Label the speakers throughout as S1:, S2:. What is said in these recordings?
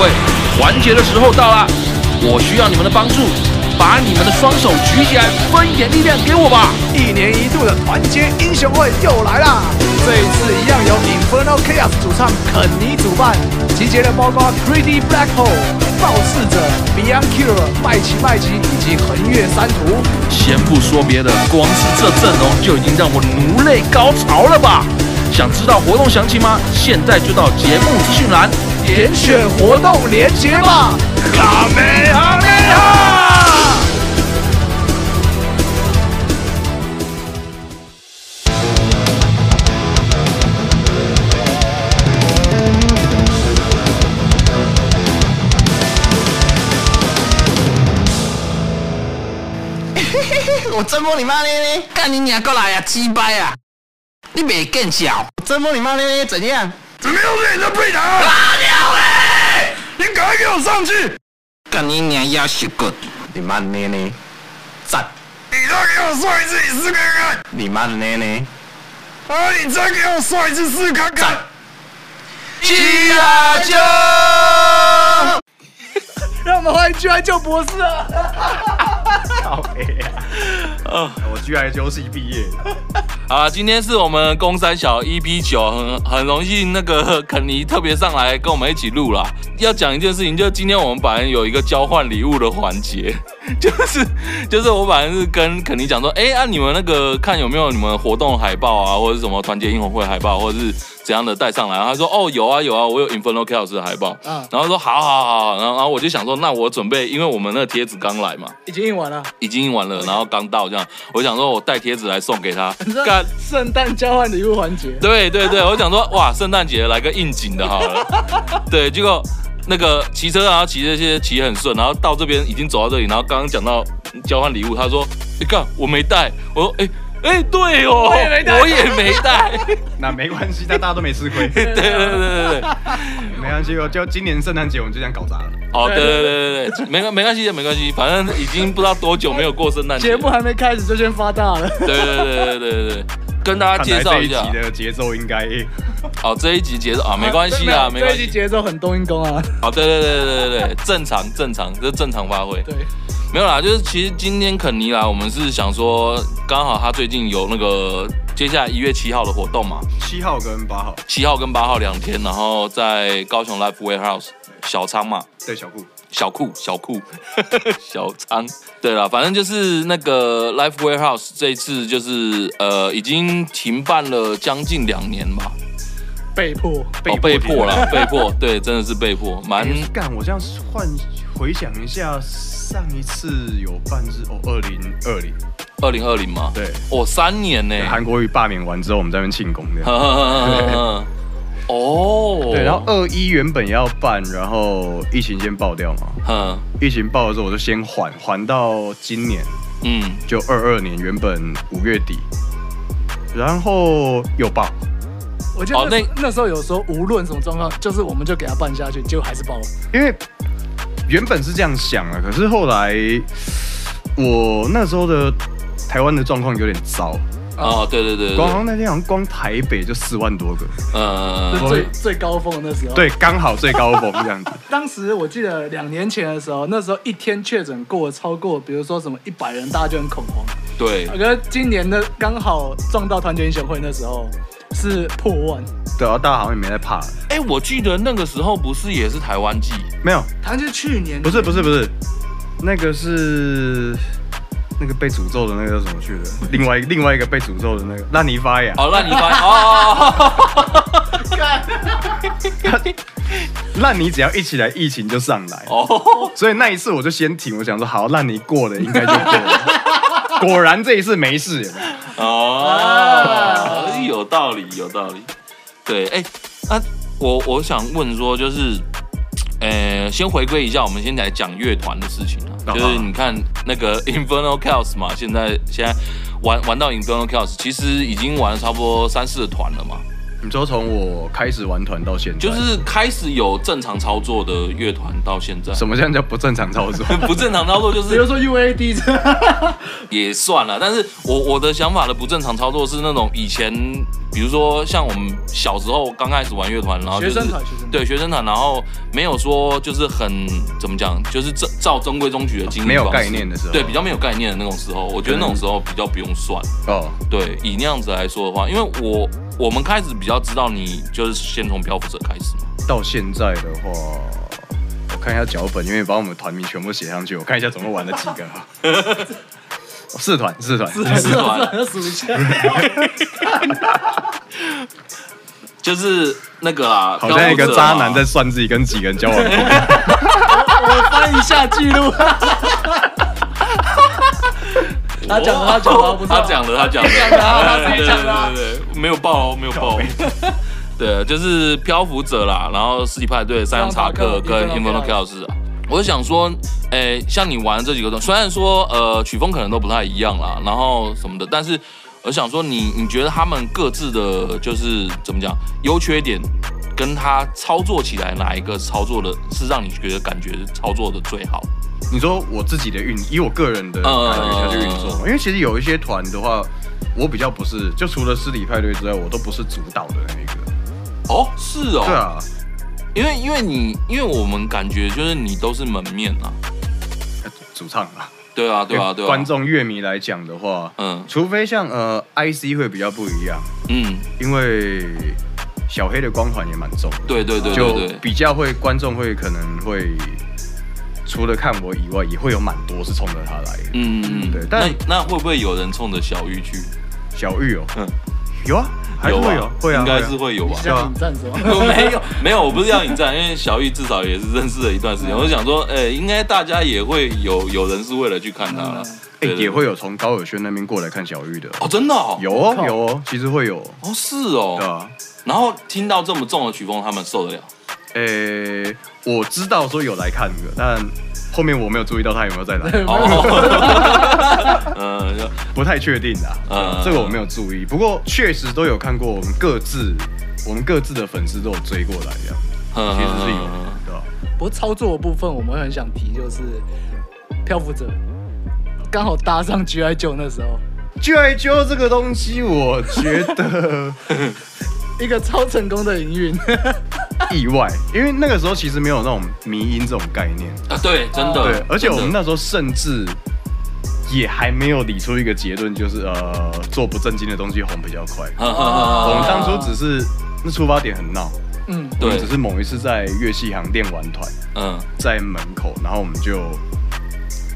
S1: 位，环节的时候到啦，我需要你们的帮助，把你们的双手举起来，分一点力量给我吧。
S2: 一年一度的团结英雄会又来啦！这一次一样由 Infernal Chaos 主唱肯尼主办，集结了包括 3D Black Hole、暴逝者、Beyond Cure、麦奇麦奇以及横越山图。
S1: 先不说别的，光是这阵容就已经让我颅内高潮了吧？想知道活动详情吗？现在就到节目资讯栏
S2: 点选活动连结吧！
S1: 卡梅哈梅哈！
S3: 我真摸你妈 咧咧！
S4: 干你娘过来呀、啊，鸡掰呀！你没更小，
S3: 我真摸你妈咧咧，怎样？
S5: 怎么又是你的背囊？
S6: 啊
S4: 拉掉嘞！
S5: 你赶快给我上去！
S4: 干你娘要死骨！
S3: 你妈咧咧，赞！
S5: 你再给我说一次，你试看看！
S3: 你妈咧咧，
S5: 啊！你再给我说一次，试看看！
S3: 鸡啊啾！
S2: 让我们欢迎居然救博士啊！
S6: 靠北啊！我居然就是毕业的，
S7: 啊，今天是我们工三小 EP 九，很很荣幸那个 肯尼特别上来跟我们一起录啦。要讲一件事情，就是今天我们本来有一个交换礼物的环节， 就是就是我本来是跟肯尼讲说，哎、啊你们那个看有没有你们活动海报啊，或者是什么团结英雄会海报，或者是怎样的带上来。他说哦有啊有啊，我有 Inferno Chaos 的海报。
S2: 嗯
S7: 然后说好好好，好然后然后我就想说，那我准备，因为我们那个贴纸刚来嘛，
S2: 已经印完了，
S7: 已经印完了，然后刚到这样，我想说我带贴纸来送给他
S2: 你知，道
S7: 干。
S2: 圣诞交换礼物环节。
S7: 对对对，我想说，哇，圣诞节来个应景的好了。对，结果那个骑车，然后骑这些骑很顺，然后到这边已经走到这里，然后刚刚讲到交换礼物，他说：“你、看我没带。”我说：“哎、哎、对哦，
S2: 我也没带
S7: 我也没带。
S6: 那没关系，但大家都没 吃亏，
S7: 对对对对对，
S6: 没关系。我就今年圣诞节我们就这样搞砸了。
S7: 哦，对对对对对，没关没关系的，没关系，反正已经不知道多久没有过圣诞节
S2: 节目。还没开始就先发大了，
S7: 对对对对对对对，跟大家
S6: 看
S7: 介
S6: 来
S7: 绍
S6: 这
S7: 一
S6: 一
S7: 下
S6: 集，的节奏应该
S7: 哦，这一集节奏啊，没关系啊，没关
S2: 这一
S7: 系
S2: 集。节奏很冬阴功啊，
S7: 哦，对对对对对对，正常正常，这正常发挥。
S2: 对，
S7: 没有啦，就是其实今天肯尼来，我们是想说，刚好他最近有那个接下来一月七号的活动嘛，
S6: 七号跟八号
S7: 七号跟八号两天，然后在高雄 Life Warehouse 小仓嘛，
S6: 对小顾，
S7: 小库小库 小仓，对啦，反正就是那个 Life Warehouse 这一次就是呃已经停办了将近两年吧，
S2: 被迫
S7: 哦被迫啦，被迫，对，真的是被迫，蛮
S6: 哎干，我这样换回想一下，上一次有办是哦二零二零，
S7: 二零二零嘛，
S6: 对
S7: 哦三年呢、
S6: 韩国瑜罢免完之后，我们在那边庆功的。
S7: 哦，
S6: 对，然后二一原本要办，然后疫情先爆掉嘛，
S7: 嗯
S6: 疫情爆了之后我就先缓，缓到今年
S7: 嗯，
S6: 就二二年原本五月底，然后又爆，
S2: 我记得
S7: 哦
S2: 那时那时候有说无论什么状况，就是我们就给他办下去，结果还是爆了。
S6: 因为原本是这样想啊，可是后来我那时候的台湾的状况有点糟，
S7: 哦，对对对，对
S6: 光好像那天好像光台北就四万多个，
S7: 呃，
S2: 是
S6: 我
S2: 最最高峰的那时候。，
S6: 对，刚好最高峰这样子，
S2: 当时我记得两年前的时候，那时候一天确诊过超过，比如说什么一百人，大家就很恐慌。
S7: 对
S2: 我觉得今年的刚好撞到团结英雄会那时候是破万，
S6: 对，然后大家好像也没在怕，
S7: 哎，我记得那个时候不是也是台湾季，
S6: 没有，
S2: 好像是去年
S6: 不是不是不是，那个是那个被诅咒的那个叫什么去的？另外另外一个被诅咒的那个烂泥发芽，
S7: 哦，那你发 哦，
S6: 烂泥只要一起来，疫情就上来。
S7: 哦哦
S6: 所以那一次我就先停，我想说好，烂泥过了应该就过了。 果然这一次没事，有没有
S7: 哦哦，有道理有道理，对，哎，那我我想问说，就是，呃，先回归一下，我们先来讲乐团的事情啊，
S6: 哦
S7: 就是 你看那个 Infernal Chaos 嘛，现在现在玩玩到 Infernal Chaos，其实已经玩了差不多三四个团了嘛。
S6: 你说从我开始玩团到现在，
S7: 就是开始有正常操作的乐团到现在，
S6: 什么叫叫不正常操 作？
S7: 不正常操作就
S8: 比如
S7: 是
S8: 说 UAD 这
S7: 也算了，但是我我的想法的不正常操作是那种以前，比如说像我们小时候刚开始玩乐团，然后就是
S8: 学生团学生团
S7: 对学生团，然后没有说就是很怎么讲，就是照照中规中矩的经营
S6: 没有
S7: 方式
S6: 概念的时候
S7: 对比较没有概念的那种时候，我觉得那种时候比较不用算。
S6: 哦，
S7: 对，以那样子来说的话，因为我我们开始比较知道你就是先从漂浮者开始嘛。
S6: 到现在的话，我看一下脚本，因为把我们团名全部写上去，我看一下总共玩了几个。 四团，四团，
S7: 是吧
S8: 个属下，
S7: 就是那个啊啦，
S6: 好像一个渣男在
S7: 的。
S6: 算自己跟几个人交往。
S8: 我翻一下记 录。他讲的，他讲 的，不是
S7: 他讲的，他讲的，
S8: 讲的啊他自己讲的啊
S7: 对对对，对没有爆哦，没有 爆哦。对，就是漂浮者啦，然后世纪派对、三洋查克跟 Inferno Chaos 啊。我就想说，诶、像你玩这几个东西，虽然说呃曲风可能都不太一样啦，然后什么的，但是我想说你，你觉得他们各自的就是怎么讲优缺点，跟他操作起来哪一个操作的是让你觉得感觉操作的最好？
S6: 你说我自己的运，以我个人
S7: 嗯
S6: 的感觉下去运作嘛，因为其实有一些团的话，我比较不是，就除了尸体派对之外，我都不是主导的那一个。
S7: 哦，是哦，
S6: 对啊，
S7: 因为因为你因为我们感觉就是你都是门面啊，
S6: 主唱啊，
S7: 对啊对啊对啊，
S6: 观众乐迷来讲的话，
S7: 嗯
S6: 除非像呃 IC 会比较不一样，
S7: 嗯，
S6: 因为小黑的光环也蛮重的，
S7: 对对对对
S6: 就
S7: 对，
S6: 比较会观众会可能会除了看我以外，也会有蛮多是冲着他来的。
S7: 嗯嗯
S6: 对
S7: 嗯，那
S6: 但
S7: 那会不会有人冲着小玉去？
S6: 小玉哦，
S7: 嗯
S6: 有啊，还是会有，
S7: 啊，
S6: 会啊，
S7: 应该
S6: 会啊
S7: 是会有 吧。
S6: 对啊
S8: 引战什么？
S7: 我没有没有，我不是要你赞，因为小玉至少也是认识了一段时 间，我就想说，哎，应该大家也会有有人是为了去看他了，
S6: 哎、
S7: 对对
S6: 也会有从高尔轩那边过来看小玉的，
S7: 哦，真的哦，
S6: 有哦，有哦，其实会有，
S7: 哦是
S6: 对
S7: 哦，
S6: 啊，
S7: 然后听到这么重的曲风，他们受 得了？
S6: 呃、我知道说有来看的，但后面我没有注意到他有没有再 来，
S7: 哦，嗯，就
S6: 不太确定啊，
S7: 嗯
S6: 这个我没有注意，不过确实都有看过我们各自，我们各自的粉丝都有追过来这样，
S7: 嗯
S6: 其实是有
S7: 嗯嗯
S6: 的
S7: 嗯，
S6: 对吧、啊
S8: 不过操作的部分，我们会很想提就是漂浮者，刚好搭上 GI 九那时候，
S6: G I Joe 这个东西，我觉得
S8: 一个超成功的营运，
S6: 意外，因为那个时候其实没有那种迷音这种概念，
S7: 啊，对，真的，
S6: 对，而且我们
S7: 真的
S6: 那时候甚至也还没有理出一个结论，就是呃，做不正经的东西红比较快。
S7: 呵呵呵
S6: 我们当初只是那出发点很闹，
S8: 嗯，
S6: 我们
S7: 对
S6: 只，是某一次在乐器行店玩团，
S7: 嗯，
S6: 在门口，然后我们就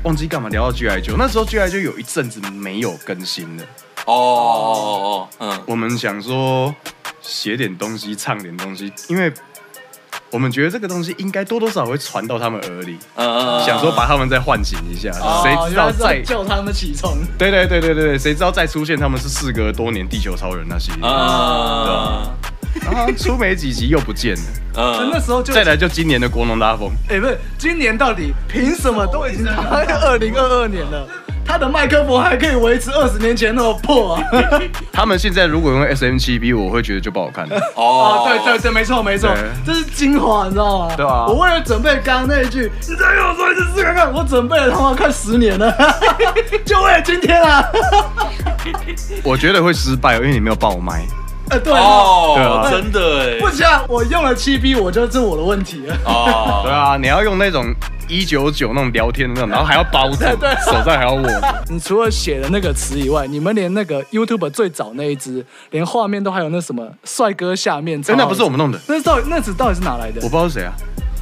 S6: 忘记干嘛聊到 G I 九，那时候 G I 九有一阵子没有更新了，
S7: 哦哦哦哦，嗯，
S6: 我们想说写点东西，唱点东西，因为。我们觉得这个东西应该多多少少会传到他们耳里，
S7: 嗯嗯，嗯
S6: 想说把他们再唤醒一下，
S8: 哦
S6: 谁知道再
S8: 叫他们起床，
S6: 对对对对对对，谁知道再出现他们是事隔多年地球超人那系列，
S7: 哦啊，
S6: 然后出没几集又不见了，
S8: 那
S7: 嗯，
S8: 时候就
S6: 再来就今年的国农拉风，
S8: 哎、不是，今年到底凭什么都 已经二零二二年了，他的麦克风还可以维持二十年前那么破 啊？
S6: 他们现在如果用 S M 七 B，我会觉得就不好看了。
S7: 哦
S8: 啊，对对，对，没错没错
S6: 对，
S8: 这是精华，你知道吗？
S6: 对啊
S8: 我为了准备刚刚那一句，你再给我说一次试看看，我准备了他妈快十年了， 就为了今天啊！
S6: 我觉得会失败，因为你没有爆麦。
S8: 呃，对啊，
S6: 对啊
S7: 哦，真的
S8: 不
S7: 哎，
S8: 行啊，我用了七 B，我觉得这是我的问题了。
S6: 对
S7: 哦，
S6: 啊，你要用那种一九九那种聊天的那种，然后还要包着，手上还要握着。
S8: 你除了写的那个词以外，你们连那个 YouTube 最早那一支，连画面都还有那什么帅哥下面，
S6: 真哎的不是我们弄的，
S8: 那到底那纸到底是哪来的
S6: 我不？知道是谁啊，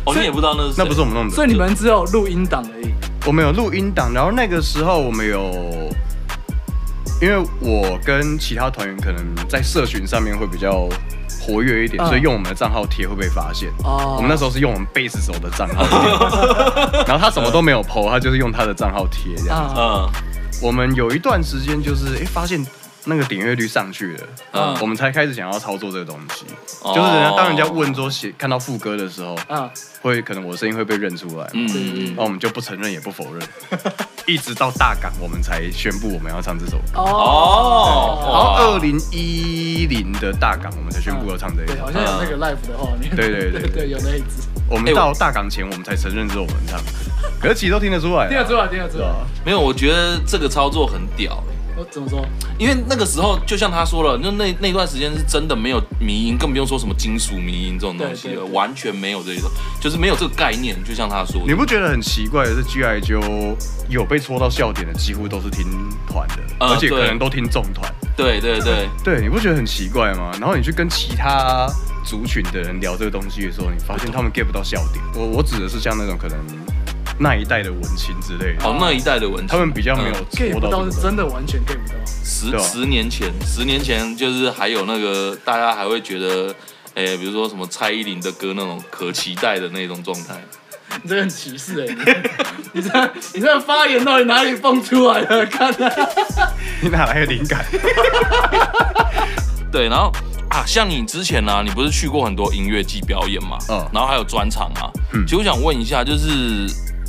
S7: 哦，你也不知道那是谁
S6: 那不是我们弄的。
S8: 所以你们只有录音档而已。
S6: 我们有录音档，然后那个时候我们有，因为我跟其他团员可能在社群上面会比较活跃一点，
S8: 嗯
S6: 所以用我们的账号贴会被发现。
S8: 哦
S6: 我们那时候是用我们贝斯手的账号贴，然后他什么都没有 PO，他就是用他的账号贴这样。
S8: 啊，
S7: 嗯，
S6: 我们有一段时间就是哎、诶发现。那个点阅率上去了，
S7: 嗯
S6: 我们才开始想要操作这个东西。
S7: 哦
S6: 就是人家当人家问说写看到副歌的时候，
S8: 啊，
S6: 会可能我的声音会被认出来嘛，
S7: 嗯嗯
S6: 那我们就不承认也不否认。一直到大港我们才宣布我们要唱这首歌。
S7: 哦
S6: 然后
S7: 哇
S6: 二零一零的大港我们才宣布要唱这一
S8: 嗯
S2: 对，
S6: 首
S2: 好。像有那个 live 的画面，
S6: 嗯对对 对
S2: 对有那一只，
S6: 我
S7: 哎
S6: 们
S7: 我
S6: 到大港前我们才承认是我们唱，可是其实都听得出来啊。
S2: 第二出来，第二出来，
S7: 没有，我觉得这个操作很屌、
S2: 我怎么说？
S7: 因为那个时候就像他说了，就那那段时间是真的没有迷音，更不用说什么金属迷音这种东西
S2: 对
S7: 了，
S2: 对对
S7: 完全没有这种，就是没有这个概念。就像他说
S6: 你
S7: 的，
S6: 不觉得很奇怪的是，G.I. Joe 有被戳到笑点的，几乎都是听团的，
S7: 呃
S6: 而且可
S7: 对
S6: 能都听众团。
S7: 对对对，
S6: 对，你不觉得很奇怪吗？然后你去跟其他族群的人聊这个东西的时候，你发现他们 get 不到笑点。我我指的是像那种可能那一代的文青之类的，
S7: 哦那一代的文青，
S6: 他们比较没有
S7: 嗯
S2: get 不
S6: 戳到
S2: 到
S6: 这
S2: 是
S6: 个
S2: 真的完全 get 不到，
S7: 十
S6: 对啊
S7: 十年前，十年前就是还有那个大家还会觉得，诶、比如说什么蔡依林的歌那种可期待的那种状态。
S2: 你这个很歧视哎、你 你这你这发言到底哪里蹦出来的？ 看啊，
S6: 你哪来的灵感？
S7: 对，然后啊，像你之前呢、你不是去过很多音乐季表演嘛？
S6: 嗯
S7: 然后还有专场嘛？
S6: 嗯
S7: 其实我想问一下，就是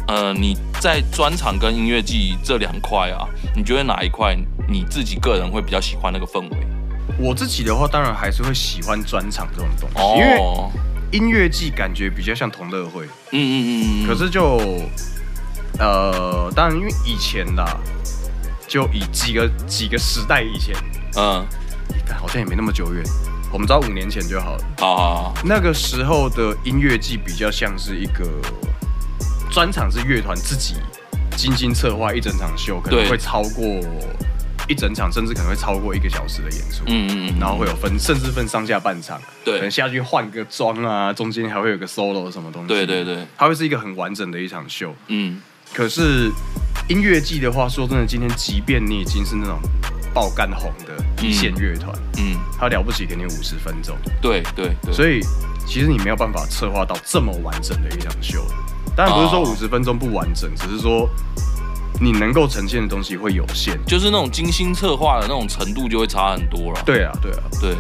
S7: 呃，你在专场跟音乐季这两块啊，你觉得哪一块你自己个人会比较喜欢那个氛围？
S6: 我自己的话，当然还是会喜欢专场这种东西，
S7: 哦
S6: 因为音乐季感觉比较像同乐会。
S7: 嗯嗯嗯嗯，
S6: 可是就呃，当然因为以前啦，就以几个几个时代以前，
S7: 嗯，
S6: 但好像也没那么久远，我们知道五年前就好了。
S7: 好好好，
S6: 那个时候的音乐季比较像是一个专场，是乐团自己精心策划一整场秀，可
S7: 对
S6: 能会超过一整场，甚至可能会超过一个小时的演出。
S7: 嗯嗯嗯，
S6: 然后会有分，甚至分上下半场，
S7: 对
S6: 可能下去换个妆啊，中间还会有个 solo 什么东西，
S7: 对对对，
S6: 它会是一个很完整的一场秀。
S7: 嗯，
S6: 可是音乐季的话，说真的，今天即便你已经是那种爆干红的一线乐团，
S7: 嗯，
S6: 它了不起给你五十分钟，
S7: 对对对，以
S6: 所以其实你没有办法策划到这么完整的一场秀。当然不是说
S7: 哦
S6: 五十分钟不完整，只是说你能够呈现的东西会有限。
S7: 就是那种精心策划的那种程度就会差很多了。
S6: 对啊，对啊，
S7: 对，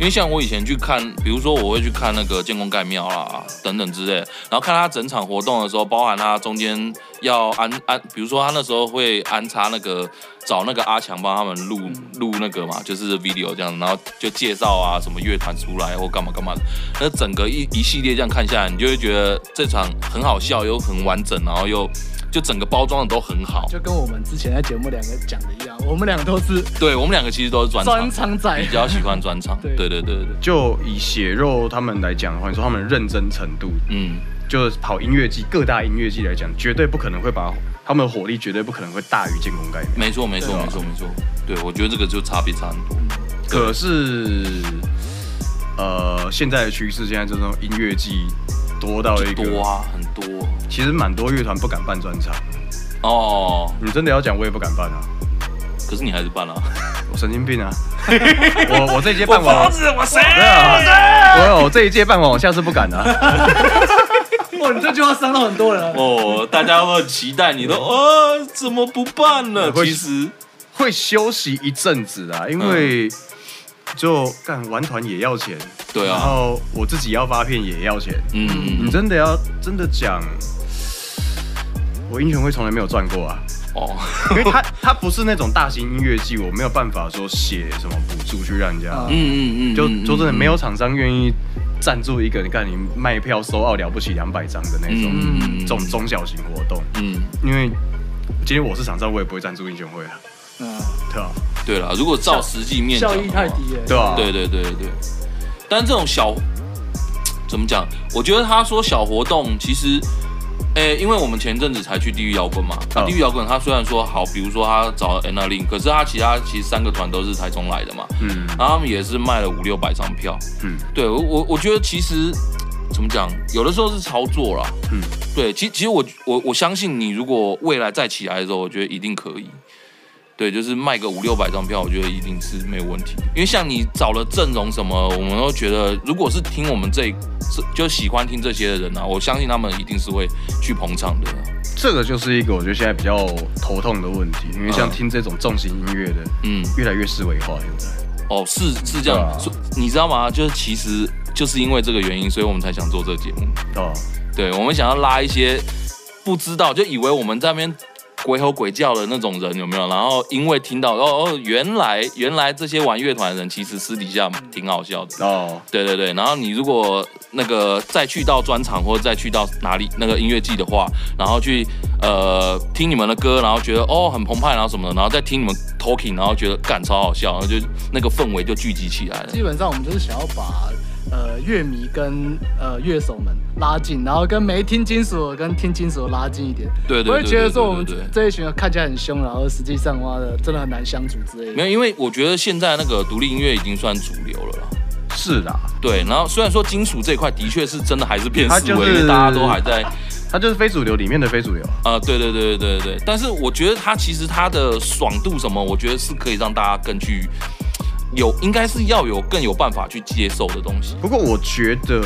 S7: 因为像我以前去看，比如说我会去看那个建功盖庙啦等等之类，然后看他整场活动的时候，包含他中间要安安，比如说他那时候会安插那个找那个阿强帮他们录录那个嘛，就是 video 这样，然后就介绍啊什么乐团出来或干嘛干嘛的，那整个一一系列这样看下来，你就会觉得这场很好笑又很完整，然后又就整个包装的都很好。
S2: 就跟我们之前在节目两个讲的一样，我们俩都是
S7: 对我们两个其实都是专场
S2: 专，场仔
S7: 比，较喜欢专场。
S2: 对
S7: 对对对对对，
S6: 就以血肉他们来讲的话，你说他们认真程度，
S7: 嗯。
S6: 就是跑音乐季各大音乐季来讲，绝对不可能会把他们的火力绝对不可能会大于建功盖庙。
S7: 没错，没错，没错，没错。对，我觉得这个就差别差很多。
S6: 可是，呃，现在的趋势，现在这种音乐季多到一个，
S7: 多啊，很多
S6: 其实蛮多乐团不敢办专场。
S7: 哦。
S6: 你真的要讲，我也不敢办啊，
S7: 可是你还是办了、
S6: 我神经病啊！ 我我这一届办完，
S7: 子，我谁？
S6: 对啊，我我这一届办完，我下次不敢啊了、
S2: 哇，你这句话伤到很多人啊。
S7: 哦，大家会很期待你的哦，怎么不办了？
S6: 会
S7: 其实，
S6: 会休息一阵子啊，因为就干玩团也要钱，
S7: 嗯对啊
S6: 然后我自己要发片也要钱，
S7: 嗯，
S6: 你真的要真的讲，我英雄会从来没有赚过 啊，
S7: 哦，
S6: 因为它它不是那种大型音乐季，我没有办法说写什么补助去让人家，
S7: 嗯嗯嗯，
S6: 就
S7: 嗯
S6: 就真的没。
S7: 嗯
S6: 有厂商愿意赞助一个，你看你卖票收奥了不起两百张的那种、
S7: 嗯
S6: 这种中小型活动，
S7: 嗯，
S6: 因为今天我是厂商，我也不会赞助英雄会啊，
S2: 嗯，
S6: 对啊，
S7: 对了，如果照实际面讲
S2: 效
S7: 的话，
S2: 益太低了。
S6: 对啊，
S7: 对对对对对，但这种小怎么讲？我觉得他说小活动其实。诶、因为我们前阵子才去地狱摇滚嘛，那
S6: 嗯
S7: 地狱摇滚他虽然说好，比如说他找 Anna Lin，可是他其他其实三个团都是台中来的嘛，
S6: 嗯
S7: 然后他们也是卖了五六百张票。
S6: 嗯。
S7: 对我我我觉得其实怎么讲，有的时候是操作啦。嗯
S6: 嗯，
S7: 对，其其实我我我相信你，如果未来再起来的时候，我觉得一定可以。对，就是卖个五六百张票，我觉得一定是没有问题。因为像你找了阵容什么，我们都觉得，如果是听我们这是就喜欢听这些的人啊，我相信他们一定是会去捧场的。
S6: 这个就是一个我觉得现在比较头痛的问题，因为像
S7: 嗯
S6: 听这种重型音乐的，
S7: 嗯，
S6: 越来越思维化。现在
S7: 哦，是是这样，
S6: 对啊
S7: 所你知道吗？就是其实就是因为这个原因，所以我们才想做这个节目。
S6: 哦，
S7: 对，我们想要拉一些不知道就以为我们在那边鬼吼鬼叫的那种人有没有？然后因为听到哦哦，原来原来这些玩乐团的人其实私底下挺好笑的。
S6: 哦，
S7: 对对对，然后你如果那个再去到专场或者再去到哪里那个音乐季的话，然后去呃听你们的歌，然后觉得哦很澎湃，然后什么的，然后再听你们 talking，然后觉得干超好笑，然后就那个氛围就聚集起来了。
S8: 基本上我们就是想要把呃乐迷跟呃乐手们拉近，然后跟没听金属的跟听金属的拉近一点。
S7: 对对对
S8: 我会觉得说我们
S7: 对对对对
S8: 这一群人看起来很凶，然后实际上哇的真的很难相处之类
S7: 没
S8: 的。
S7: 有，因为我觉得现在那个独立音乐已经算主流了啦。
S6: 是啊啦，
S7: 对，然后虽然说金属这一块的确是真的还是偏
S6: 它
S7: 思维，
S6: 就是
S7: 因为大家都还在
S6: 它就是非主流里面的非主流。
S7: 啊，对对对对对对，但是我觉得它其实它的爽度什么，我觉得是可以让大家更去有，应该是要有更有办法去接受的东西。
S6: 不过我觉得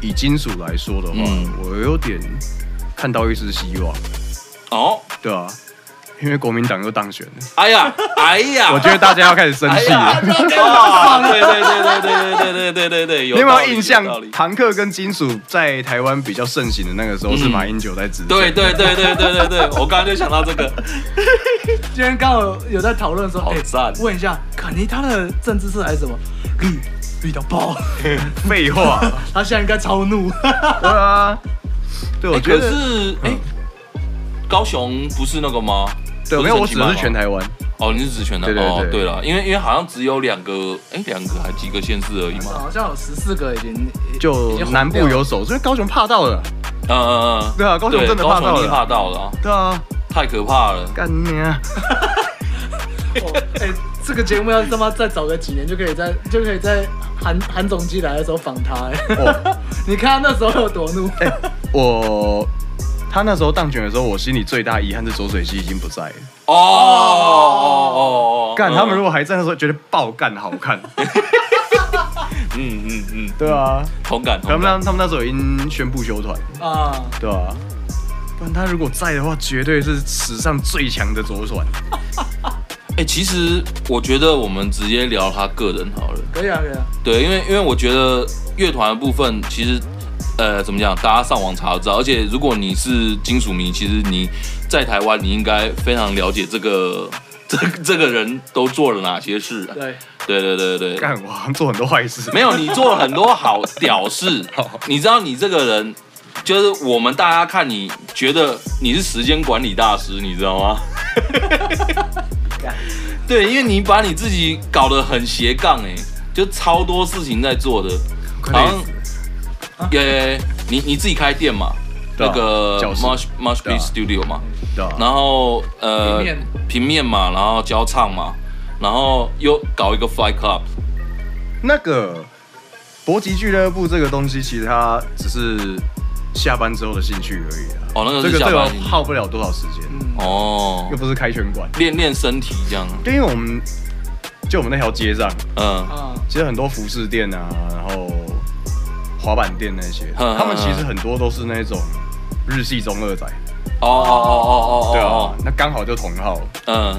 S6: 以金属来说的话，
S7: 嗯
S6: 我有点看到一丝希望，
S7: 哦，
S6: 对啊，因为国民党又当选了，
S7: 哎呀，哎呀，
S6: 我觉得大家要开始生 气
S7: 哎
S6: 了。
S7: 哇对对对对对对对对对对，有
S6: 你有没
S7: 道
S6: 有
S7: 理
S6: 印象
S7: 有道理？
S6: 朋克跟金属在台湾比较盛行的那个时候是
S7: 嗯
S6: 马英九在执政？
S7: 对对对对对对对，我刚刚就想到这个，
S8: 今天刚好有在讨论说，
S7: 好
S8: 哎
S7: 赞
S8: 问一下，肯尼他的政治色彩是什么？绿绿到 爆，
S6: 废话，
S8: 他现在应该超怒。
S6: 对啊，对，我
S7: 哎
S6: 觉
S7: 可
S6: 得
S7: 是哎，高雄不是那个吗？
S6: 对，没有，我指的是全
S7: 台。
S6: 台湾。
S7: 哦，你是指全的
S6: 对对
S7: 哦，
S6: 对
S7: 对了，因为因为好像只有两个，哎，两个还几个县市而已嘛。
S8: 好像有十四个已经
S6: 就南部有手，因为高雄怕到了。
S7: 嗯嗯嗯，
S6: 对啊高雄真的怕到了
S7: 高雄一定怕到了啊，
S6: 对啊，
S7: 太可怕了。
S6: 干你啊！
S8: 哎、这个节目要他妈再找个几年，就可以在就可以在韩韩总机来的时候访他、哎
S6: 哦，
S8: 你看他那时候有多怒，
S6: 哎我他那时候当选的时候，我心里最大遗憾是左水溪已经不在了。
S7: 哦哦哦哦，
S6: 干，
S7: 嗯
S6: 他们如果还在的时候，觉得爆干好 看。
S7: 嗯嗯嗯，
S6: 对啊，
S7: 同感
S6: 他
S7: 同
S6: 们
S7: 感
S6: 那。他们那时候已经宣布休团，
S8: 啊！
S6: 对啊。不然他如果在的话，绝对是史上最强的左啊转。
S7: 哎，其实我觉得我们直接聊他个人好了。
S8: 可以啊，可以啊，
S7: 对，因为因为我觉得乐团的部分其实。呃，怎么讲？大家上网查就知道。而且，如果你是金属迷，其实你在台湾，你应该非常了解这个这这个人都做了哪些事、啊。
S8: 对，
S7: 对对对对对，
S6: 干，我好像做很多坏事。
S7: 没有你做了很多好屌 事，你知道你这个人，就是我们大家看你觉得你是时间管理大师，你知道 吗？对，因为你把你自己搞得很斜杠哎、就超多事情在做的，好像也、你你自己开店嘛，
S6: 啊对
S7: 那
S6: 啊
S7: 个
S6: 教室
S7: Mush Mush
S6: 对
S7: Beat
S6: 啊
S7: Studio 嘛，
S6: 对啊，
S7: 然后呃
S8: 平面
S7: 平面嘛，然后教唱嘛，然后又搞一个 Fly Club。
S6: 那个搏击俱乐部这个东西，其实它只是下班之后的兴趣而已啊。
S7: 哦，那个
S6: 这
S7: 是
S6: 个
S7: 下
S6: 这
S7: 班
S6: 个
S7: 的兴趣
S6: 耗不了多少时间，
S8: 嗯
S7: 哦
S6: 又，不是开拳馆。
S7: 练练身体这样，
S6: 就因为我们就我们那条街上，
S7: 嗯，
S8: 啊，
S6: 其实很多服饰店啊，然后滑板店那些，
S7: 嗯
S6: 他们其实很多都是那种日系中二仔，
S7: 哦哦哦哦哦
S6: 对啊
S7: 哦，，
S6: 那刚好就同号。
S7: 嗯，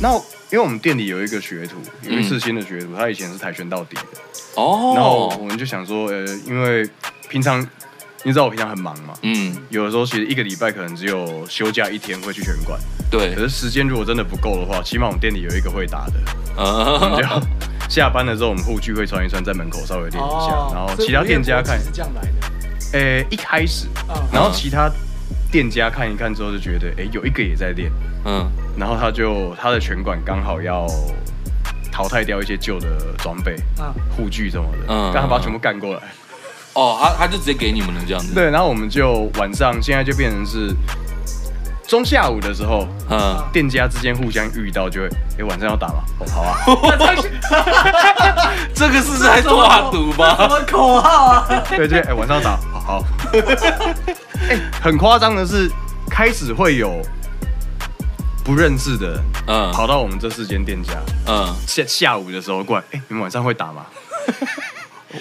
S6: 那因为我们店里有一个学徒，有一次新的学徒，他以前是跆拳道底的，啊然后我
S7: 哦，
S6: 们就想说，呃，因为平常你知道我平常很忙嘛。
S7: 嗯，
S6: 有的时候其实一个礼拜可能只有休假一天会去拳馆，
S7: 对
S6: 可，是时间如果真的不够的话，起码我们店里有一个会 打的，我
S7: 嗯，
S6: 们就下班的时候我们护具会穿一穿，在门口稍微练一下，
S8: 哦，
S6: 然后其他店家看
S8: 所以我也不，是这样来的，
S6: 诶、一开始，
S8: 啊，
S6: 然后其他店家看一看之后就觉得，诶、有一个也在练，
S7: 嗯，
S6: 然后他就他的拳馆刚好要淘汰掉一些旧的装备
S8: 啊。
S6: 护具什么的，
S7: 嗯
S6: 刚好把它全部干过来。
S7: 哦，他他就直接给你们了这样子，，
S6: 对，然后我们就晚上现在就变成是中下午的时候，
S7: 嗯，
S6: 店家之间互相遇到就会，诶、晚上要打吗？哦，好啊。
S7: 这个是在抓赌
S8: 什
S7: 吗？
S8: 么口号啊？
S6: 对对，哎、晚上要打，好好。 哎、很夸张的是，开始会有不认识的人
S7: 嗯
S6: 跑到我们这四间店家，
S7: 嗯，
S6: 下下午的时候过来，哎、你们晚上会打 吗？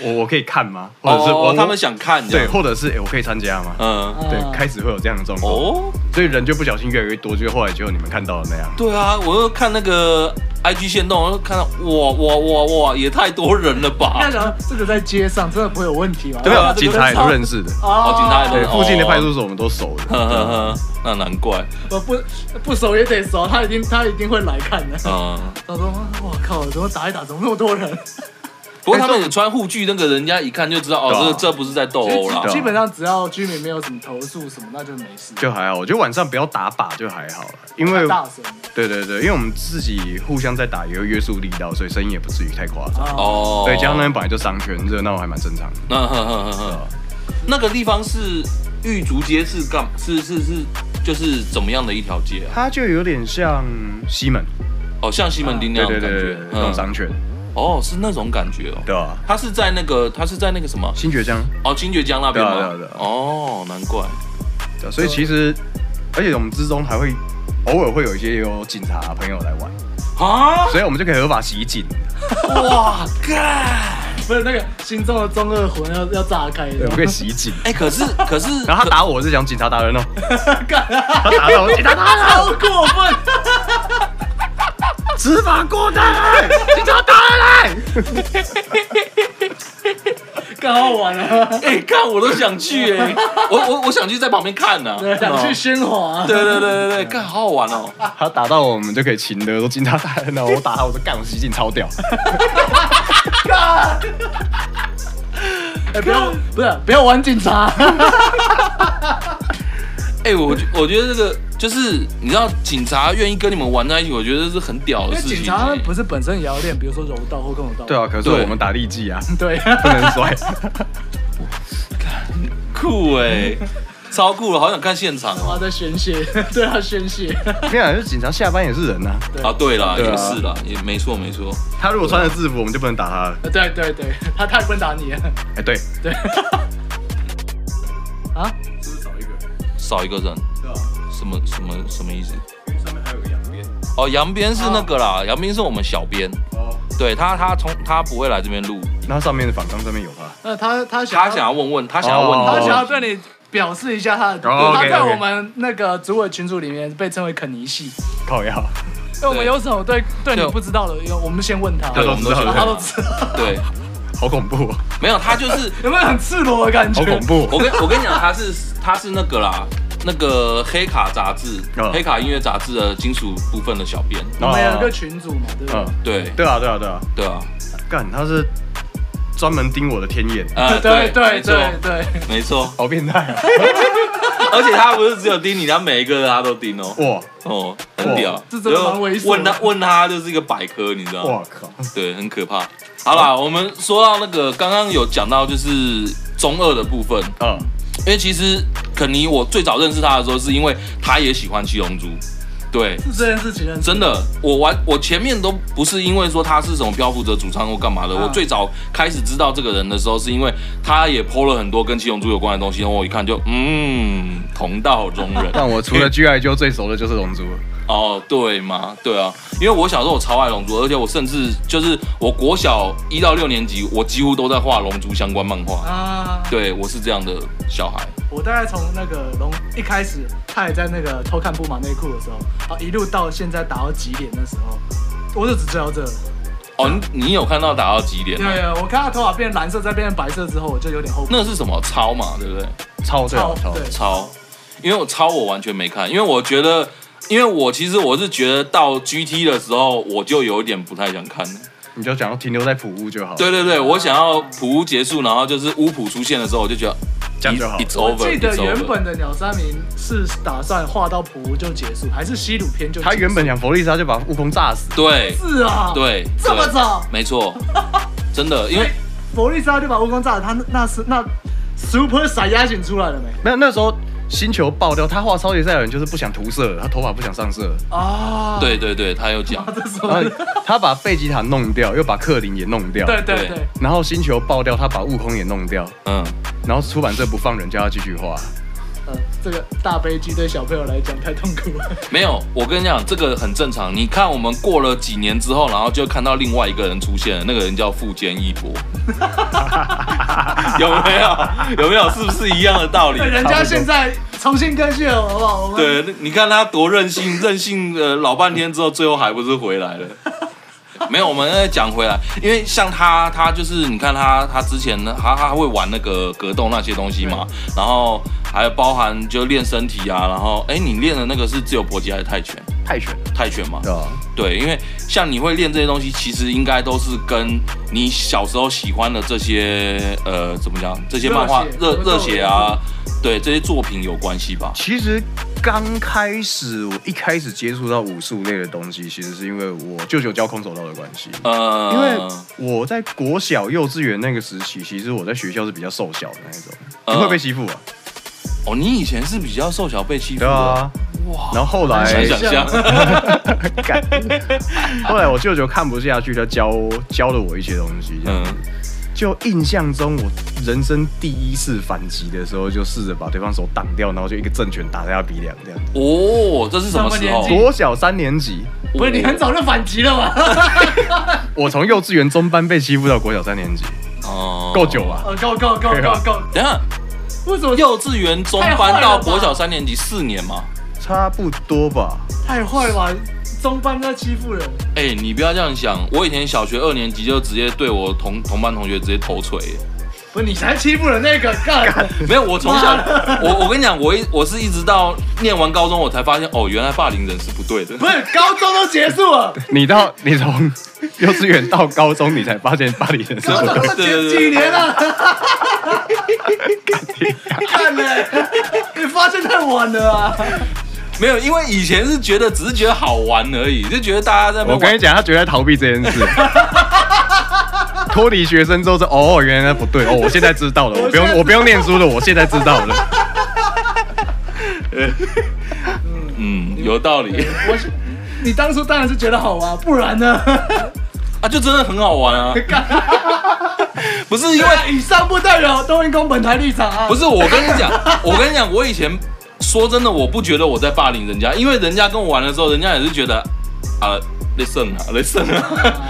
S6: 我我可以看吗？或者是我、
S7: 哦，
S6: 我
S7: 他们想看这
S6: 对，
S7: 样，
S6: 或者是哎、我可以参加吗？
S7: 嗯，
S6: 对
S8: 啊，
S6: 开始会有这样的状况。
S7: 哦，
S6: 所以人就不小心越来越多，就后来就你们看到的那样。
S7: 对啊，我又看那个 IG 线动，我又看到哇哇哇哇，也太多人了吧
S8: 那！想这个在街上真的不会有问题吗？
S6: 对啊，
S7: 这个
S6: 警察也都认识的，
S8: 哦
S7: 哦警察也
S6: 对，
S7: 哦
S6: 附近的派出所我们都熟的。
S7: 呵呵呵，嗯那难怪，
S8: 我不不熟也得熟，他一定他一定会来看的。
S7: 嗯。
S8: 他说：“我靠，怎么打一打，怎么那么多人
S7: 不过他们有穿护具，那个人家一看就知道，哦，
S6: 对啊啊
S7: 这这不是在斗？”殴哦啦
S8: 基。基本上只要居民没有什么投诉什么，那就没事。
S6: 就还好，我觉得晚上不要打靶就还好了，因为
S8: 大声
S6: 对对对，因为我们自己互相在打，也有约束力道，所以声音也不至于太夸张。
S8: 啊，
S7: 哦，嗯
S6: 对，加上那边本来就商圈热闹，还蛮正常的。
S7: 那呵呵呵
S6: 啊
S7: 呵，那个地方是玉竹街是干是是是就是怎么样的一条街啊？
S6: 它就有点像西门，
S7: 哦，像西门町那
S6: 对
S7: 样的感
S6: 对对对
S7: 觉
S6: 对，，那种
S7: 嗯
S6: 商圈，
S7: 哦，是那种感觉哦。
S6: 对吧？
S7: 它是在那个，它是在那个什么？
S6: 新觉江，
S7: 哦，金爵江那边吗？
S6: 对啊对啊对啊
S7: 哦，难怪。
S6: 对啊所以其实，而且我们之中还会偶尔会有一些有警察朋友来玩，
S7: 啊！
S6: 所以我们就可以合法袭警。
S7: 哇，干！
S8: 不是那个心中的中二魂要要炸开
S6: 对，啊
S8: 了
S6: 我们。可以袭警。
S7: 哎，可 是可是，
S6: 然后他
S7: 可
S6: 打我是想警察打人 哦，
S8: 啊
S6: 他打到我警察打人，好过分！执法过来，警察打人来！
S8: 更好玩了，
S7: 哎，看我都想去哎，我我我想去在旁边看呢。
S6: 啊
S8: 对，想去喧哗。
S7: 对对对对对，看好好玩哦。
S6: 他打到我们就可以擒的，说警察打人了，哦我打他，我说干，我袭警超屌。
S8: 哎，不要，不是不要玩警察。
S7: 哎，我觉我觉得这个就是你知道，警察愿意跟你们玩在一起，我觉得是很屌
S8: 因
S7: 的
S8: 为
S7: 事情。欸
S8: 警察他们不
S7: 是
S8: 是本身也要练，比如说柔道或各种道。
S6: 对啊，可是
S7: 对
S6: 我们打力技啊，
S8: 对，
S6: 不能摔。
S7: 酷哎，超酷了，好想看现场
S8: 他
S7: 哦。
S8: 在宣泄，对他宣泄。
S6: 没有啊，就是警察下班也是人啊，
S7: 啊，对啦，
S6: 对啊
S7: 也是啦，也没错没错。
S6: 他如果穿着制服，我们就不能打他了。
S8: 对对对，他他也不能打你。
S6: 哎，对，
S8: 对。啊，
S7: 少一个人，
S6: 对啊，
S7: 什么什么什么意思？
S6: 因为上面还有个洋边。
S7: 哦，杨边是那个啦，杨边是我们小编，
S6: 哦，
S7: 对他他从他不会来这边录，
S6: 那上面的反抗上面有啊他。
S8: 那他他想
S7: 他
S8: 要
S7: 想要问问，他想要问
S8: 他
S7: 你
S8: 想
S6: 哦
S8: 要对你表示一下他的，
S6: 哦
S8: 他
S6: ，OK，OK
S8: 在我们那个组委群组里面被称为肯尼系，
S6: 靠呀，
S8: 因为我们有什么对对你
S7: 就
S8: 不知道的，有我们先问他，
S6: 他都知道
S7: 我们
S8: 然
S7: 都
S8: 后
S7: 知道
S8: 他都知道，
S7: 对，
S6: 好恐怖哦，
S7: 没有他就是
S8: 有没有很赤裸的感觉？
S6: 好恐怖
S7: 我
S6: 哦。
S7: 跟我跟你讲，他是他是那个啦，那个黑卡杂志
S8: 哦
S6: 嗯、
S7: 黑卡音乐杂志的金属部分的小编，
S8: 我们有一个群组嘛，对不对
S6: 嗯？，
S7: 对
S6: 对啊，对啊，对啊。
S7: 对啊，
S6: 干，他是专门盯我的天眼，
S7: 呃 对
S8: 对
S7: 对
S8: 对对对，
S7: 没错，
S6: 好变态 啊！
S7: 而且他不是只有盯你，他每一个他都盯哦，
S6: 哇
S7: 哦，很屌
S6: 哇，
S8: 这真的蛮猥琐的
S7: 问他问他就是一个百科，你知道吗？
S6: 哇靠，
S7: 对，很可怕。好啦，我们说到那个刚刚有讲到就是中二的部分，
S6: 嗯，
S7: 因为其实肯尼我最早认识他的时候，是因为他也喜欢七龙珠，对。
S8: 是这件事情认识
S7: 真的，我玩我前面都不是因为说他是什么漂浮者主唱或干嘛的，
S8: 啊
S7: 我最早开始知道这个人的时候，是因为他也 PO 了很多跟七龙珠有关的东西，然后我一看就嗯，同道中人。
S6: 但我除了 G I 就最熟的就是龙珠了，
S7: 哦，对吗？对啊，因为我小时候我超爱龙珠，而且我甚至就是我国小一到六年级，我几乎都在画龙珠相关漫画。
S8: 啊，
S7: 对，我是这样的小孩。
S8: 我大概从那个龙一开始，他也在那个偷看布马内裤的时候，啊，一路到现在打到几点的时候，我就只知道这。
S7: 哦，你你有看到打到几点
S8: 对
S7: 吗？，
S8: 我看他头发变蓝色，再变成白色之后，我就有点后悔。
S7: 那是什么超嘛，对不对？
S6: 超对啊超
S8: 对，
S7: 超，因为我超我完全没看，因为我觉得，因为我其实我是觉得到 GT 的时候，我就有一点不太想看了。
S6: 你就想要停留在普屋就好，
S7: 对，对对，我想要普乌结束，然后就是乌普出现的时候，我就觉得
S6: 这样就好
S7: It's。it's
S8: 我
S7: over，
S8: 记得
S7: it's over
S8: 原本的鸟山明是打算画到普乌就结束，还是西鲁篇就结束？
S6: 他原本想弗利萨就把悟空炸死，
S7: 对
S8: 是啊，，
S7: 对
S8: 这么
S7: 对
S8: 早，
S7: 没错，真的，因为
S8: 弗利啊萨就把乌光炸了，他那那是那 Super 傻压型出来了没？
S6: 没有那时候星球爆掉，他画超级赛亚人就是不想涂色，他头发不想上色，
S8: 啊，
S7: 对对对，他有讲，
S8: 这是
S6: 然后他把贝吉塔弄掉，又把克林也弄掉，
S8: 对对
S7: 对
S8: 对，
S6: 然后星球爆掉，他把悟空也弄掉，
S7: 嗯，
S6: 然后出版社不放人，叫他继续画。
S8: 呃，这个大悲剧对小朋友来讲太痛苦了。
S7: 没有，我跟你讲，这个很正常。你看，我们过了几年之后，然后就看到另外一个人出现了，那个人叫富坚义博，有没有？有没有？是不是一样的 道理？
S8: 人家现在重新更新了，好不好？我们
S7: 对，你看他多任性，任性呃老半天之后，最后还不是回来了。没有，我们再讲回来，因为像他，他就是你看他，他之前呢，他他会玩那个格斗那些东西嘛，然后还包含就练身体啊，然后哎，你练的那个是自由搏击还是泰拳？
S6: 泰拳，
S7: 泰拳嘛，
S6: 对吧？啊
S7: 对，因为像你会练这些东西，其实应该都是跟你小时候喜欢的这些呃，怎么讲？这些漫画
S8: 热
S7: 热
S8: 血
S7: 热血啊，对这些作品有关系吧？
S6: 其实刚开始，我一开始接触到武术类的东西，其实是因为我舅舅教空手道的关系。
S7: 呃，
S6: 因为我在国小、幼稚园那个时期，其实我在学校是比较瘦小的那一种，
S7: 嗯
S6: 你会被欺负啊，
S7: 哦，你以前是比较瘦小被欺负
S6: 对
S7: 的，
S6: 啊。然后后来，
S7: 想想象，
S6: 干后来我舅舅看不下去，他教教了我一些东西。这样
S7: 嗯，
S6: 就印象中，我人生第一次反击的时候，就试着把对方手挡掉，然后就一个正拳打在他鼻梁这样。
S7: 哦，这是什么时候
S8: 什么？年纪
S6: 国小三年级，
S8: 不是你很早就反击了吗？
S6: 我从幼稚园中班被欺负到国小三年级，
S7: 哦
S6: 够久。吧？
S8: 哦，Go Go Go Go Go！
S7: 等一下，
S8: 为什么
S7: 幼稚园中
S8: 太坏了
S7: 班到
S8: 吧
S7: 国小三年级四年嘛？
S6: 差不多吧。
S8: 太坏了吧？中班在欺负人，
S7: 哎、你不要这样想，我以前小学二年级就直接对我同同班同学直接头锤、
S8: 不是你才欺负人那个干。
S7: 没有，我从小，我我跟你讲，我一我是一直到念完高中，我才发现哦，原来霸凌人是不对的。
S8: 不是高中都结束了，
S6: 你到你从幼稚园到高中，你才发现巴黎人是
S8: 高
S6: 不
S8: 中
S6: 对。
S8: 都结几年了，干嘞！你发现太晚了啊！
S7: 没有，因为以前是觉得只是觉得好玩而已，就觉得大家在那边
S6: 我跟
S7: 玩
S6: 你讲，他绝对在逃避这件 事。脱离学生之后说，哦，原来那不对， 哦，我现在知道了，我不用，我不用念书了，我现在知道了。
S7: 嗯，有道理
S8: 我是你当初当然是觉得好玩，不然呢？
S7: 啊，就真的很好玩啊。不是因为
S8: 以上不代表东英公本台立场 啊。
S7: 不是，我跟你讲，我跟你讲，我以前说真的，我不觉得我在霸凌人家，因为人家跟我玩的时候，人家也是觉得啊，累胜啊，累胜啊，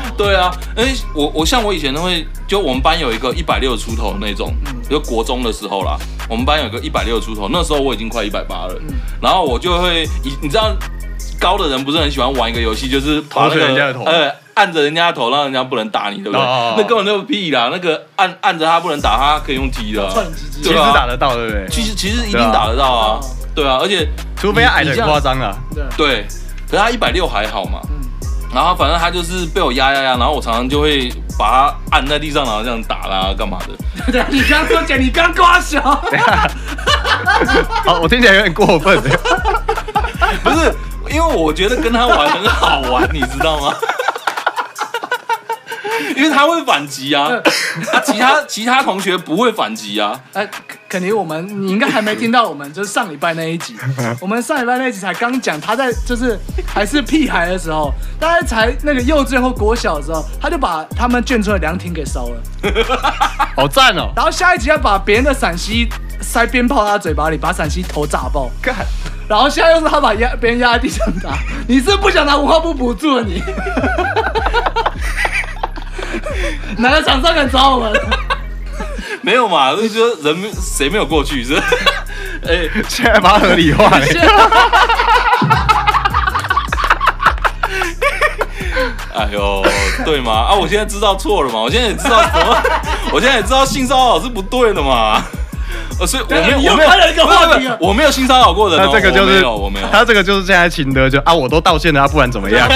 S7: 对啊，因为我我像我以前都会，就我们班有一个一百六出头的那种，
S6: 嗯
S7: 就国中的时候啦，我们班有一个一百六出头，那时候我已经快一百八了，
S6: 嗯
S8: 嗯
S7: 然后我就会，你你知道。高的人不是很喜欢玩一个游戏，就是把那个
S6: 头锤人家的头
S7: 呃，按着人家的头，让人家不能打你，对不对？
S6: 哦
S7: 那根本就屁啦！那个按按着他不能打，他可以用踢的啊、
S8: 串鸡鸡
S6: 其
S7: 对
S6: 实
S7: 啊
S6: 打得到，对不对？
S7: 其实其实一定打得到啊，对啊，而且
S6: 除非他矮的夸张啊。
S8: 对，
S7: 对，可是他一百六还好嘛，
S8: 嗯
S7: 然后反正他就是被我压压压，然后我常常就会把他按在地上，然后这样打啦，干嘛的？
S8: 对啊，你刚刚讲你刚刮小，
S6: 好，哦我听起来有点过分。
S7: 不是，因为我觉得跟他玩很好玩，你知道吗？ 因为他会反击 啊，啊，其他其他同学不会反击啊，
S8: 哎，肯定我们你应该还没听到我们就是上礼拜那一集，我们上礼拜那一集才刚讲他在就是还是屁孩的时候，大概才那个幼稚园或国小的时候，他就把他们眷村的凉亭给烧了，
S6: 好赞哦！
S8: 然后下一集要把别人的陕西塞鞭炮他嘴巴里，把陕西头炸爆，
S6: 干，
S8: 然后现在又是他把压别人压在地上打，你是不想拿文化部补助了你？哪个厂商敢找我们？
S7: 没有嘛，就是说人没谁没有过去是不是？ 哎、
S6: 现在把它合 理化了。
S7: 哎呦，对吗？啊，我现在知道错了嘛，我现在也知道什么， 我现在也知道性骚扰是不对的嘛。呃，所以我没有，
S8: 你又
S7: 我没有
S8: 开了一个话题了
S7: 不是不是我没有性骚扰过人哦、
S6: 他这个就
S7: 我没
S6: 是
S7: 有，我没有，
S6: 他这个就是现在情德就啊，我都道歉了，啊不然怎么样？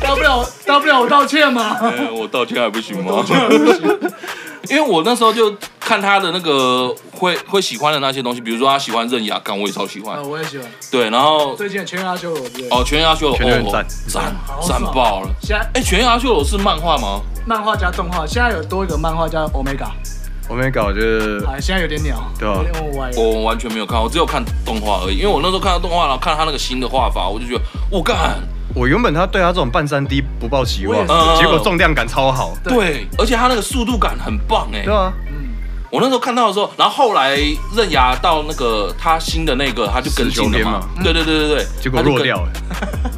S8: 大不了大不了我道歉嘛。
S7: 哎我道歉还不行吗？ 因为我那时候就看他的那个会会喜欢的那些东西，比如说他喜欢刃牙，干我也超喜欢
S8: 啊，，我也喜欢。
S7: 对，然后
S8: 最近的《全员阿修罗》对不对？
S7: 哦，全员阿修罗，
S6: 全员
S7: 哦
S6: 赞
S7: 赞
S8: 好
S7: 赞
S8: 爽
S7: 爆了。
S8: 现在
S7: 哎、全员阿修罗是漫画吗？
S8: 漫画加动画，现在有多一个漫画叫 Omega，
S6: 我们搞就是
S8: 啊，现在有点鸟，
S6: 对啊
S8: 有点歪。
S7: 我完全没有看，我只有看动画而已。因为我那时候看到动画，然后看他那个新的画法，我就觉得，我、干，
S6: 我原本他对他这种半山 D 不抱期望
S8: 我
S7: 也，是
S6: 结果重量感超好。
S7: 对，而且他那个速度感很棒哎、
S6: 对啊，
S8: 嗯，
S7: 我那时候看到的时候，然后后来刃牙到那个他新的那个，他就跟进了嘛
S6: 19天。
S7: 对对对对对，
S6: 结果
S7: 他就
S6: 弱
S7: 跟
S6: 掉了，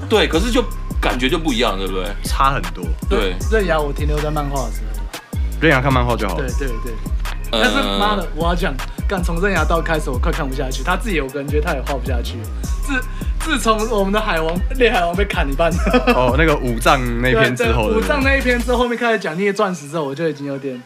S7: 对，可是就感觉就不一样，对不对？
S6: 差很多。
S7: 对，
S8: 刃牙我停留在漫画的时候，
S6: 任阳看漫画就好
S8: 对
S6: 了。
S8: 对对。
S6: 呃
S7: 呃
S8: 但是妈的，我要讲，干从刃牙到开始，我快看不下去。他自己有个人觉得他也画不下去了。自自从我们的海王烈海王被砍一半，
S6: 哦，那个五藏那
S8: 对
S6: 篇之
S8: 对
S6: 后的，
S8: 武藏那一篇之后，后面开始讲涅钻石之后，我就已经有点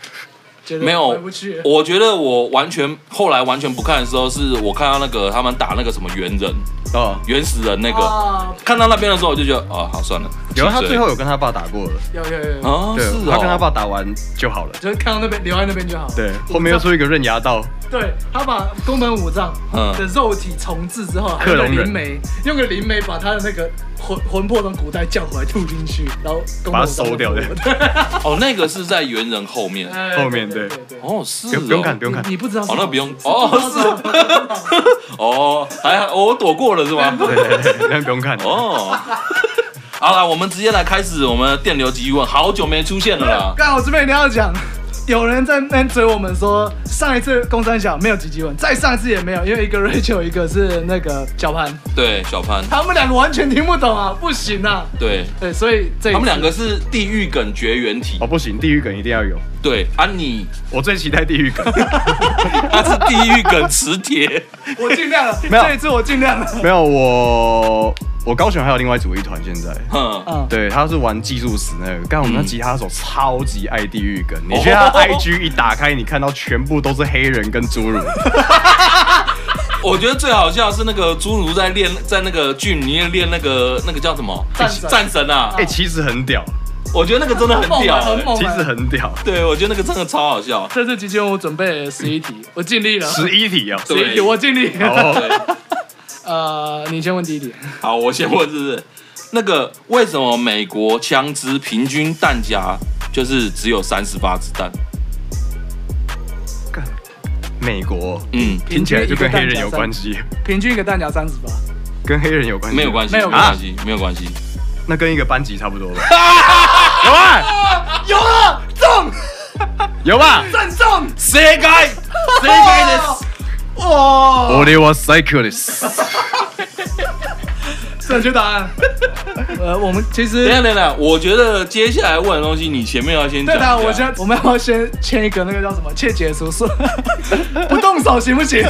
S8: 觉得
S7: 没有
S8: 回不去了，。
S7: 我觉得我完全后来完全不看的时候，是我看到那个他们打那个什么猿人、
S6: 哦，
S7: 原始人那个，
S8: 啊，
S7: 看到那边的时候，我就觉得哦，好算了。
S6: 然后他
S7: 其实
S6: 最后有跟他爸打过了，
S8: 有有有有，
S7: 哦，
S6: 对
S7: 是哦，，
S6: 他跟他爸打完就好了。
S8: 就是看到那边留在那边就好。
S6: 对，后面又出一个刃牙道，
S8: 对他把宫本武藏
S7: 嗯
S8: 的肉体重置之后，还
S6: 克
S8: 用个
S6: 隆人
S8: 灵媒，用个灵媒把他的那个魂魂魄从古代叫回来吐进去，然后宫本
S6: 把它
S8: 武藏
S6: 收掉
S8: 就
S6: 对
S8: 复活了
S7: 哦，那个是在猿人后面。
S8: 哎
S6: 后面
S8: 对
S6: 对
S8: 对。
S7: 哦，是
S6: 不
S7: 哦
S6: 用，不用看，不用看
S8: 你。你不知道
S7: 哦
S8: 是好事？
S7: 那不用哦
S8: 不知 道啊是
S7: 哦，还好我躲过了是吗？
S6: 对对对，那不用看。哦，
S7: 哦， 好了，我们直接来开始我们的电流及疑问，好久没出现了啦。
S8: 刚好这边一定要讲，有人在那边追我们说，上一次公三小没有吉吉文，再上一次也没有，因为一个 Rachel，一个是那个小潘，
S7: 对，小潘，
S8: 他们两个完全听不懂啊，不行啊。
S7: 对。
S8: 对，所以这一
S7: 他们
S8: 次
S7: 两个是地狱梗绝缘体，
S6: 哦不行，地狱梗一定要有。
S7: 对啊你，
S6: 我最期待地狱梗。
S7: 他是地狱梗磁铁，
S8: 我尽量了，
S6: 没有
S8: 这一次我尽量了。
S6: 没有我，我高雄还有另外组一团，现在。
S7: 哼，
S8: 嗯，
S6: 对，他是玩技术死那个。刚我们那吉他手超级爱地狱梗，你
S7: 哦
S6: 去他 IG 一打开，你看到全部都是黑人跟欸 侏儒。
S7: 我觉得最好笑的是那个侏儒在练，在那个剧里面练那个那个叫什么
S8: 战神
S7: 战神啊，
S6: 哎，其实很屌，
S7: 我觉得那个真的很屌、
S8: 很
S7: 欸，
S8: 猛啊，
S6: 其
S8: 很
S6: 实
S8: 猛啊。
S6: 很屌。
S7: 对我觉得那个真的超好笑，
S8: 这次集结我准备了十一题，我尽力了。
S6: 十一题哦。
S7: 对
S8: 11题我尽力。
S7: Oh
S6: 哦，
S8: 呃，你先问第一题。
S7: 好，我先问，是不是？那个为什么美国枪支平均弹夹就是只有三十发子弹？
S6: 美国
S7: 嗯，
S6: 听起来就跟黑人有关系，
S8: 平均一个弹夹三十吧。
S6: 跟黑人有关系，
S7: 没有关系，
S8: 嗯
S7: 没
S8: 没有
S7: 有
S8: 关啊
S7: 关系，没有关系。
S6: 那跟一个班级差不 多吧？啊
S8: 有
S7: 啊
S8: 了，中，
S6: 有吧？
S8: 正中。
S7: 谁该？谁该的？
S6: Oh
S7: Oh
S6: 我的我 cyclist，
S8: 正确答案。呃，我们其
S7: 等一
S8: 实
S7: 下等一下，我觉得接下来问的东西，你前面要先讲
S8: 对
S7: 一下。
S8: 啊的，我先我们要先签一个那个叫什么切结书， 说不动手行不行？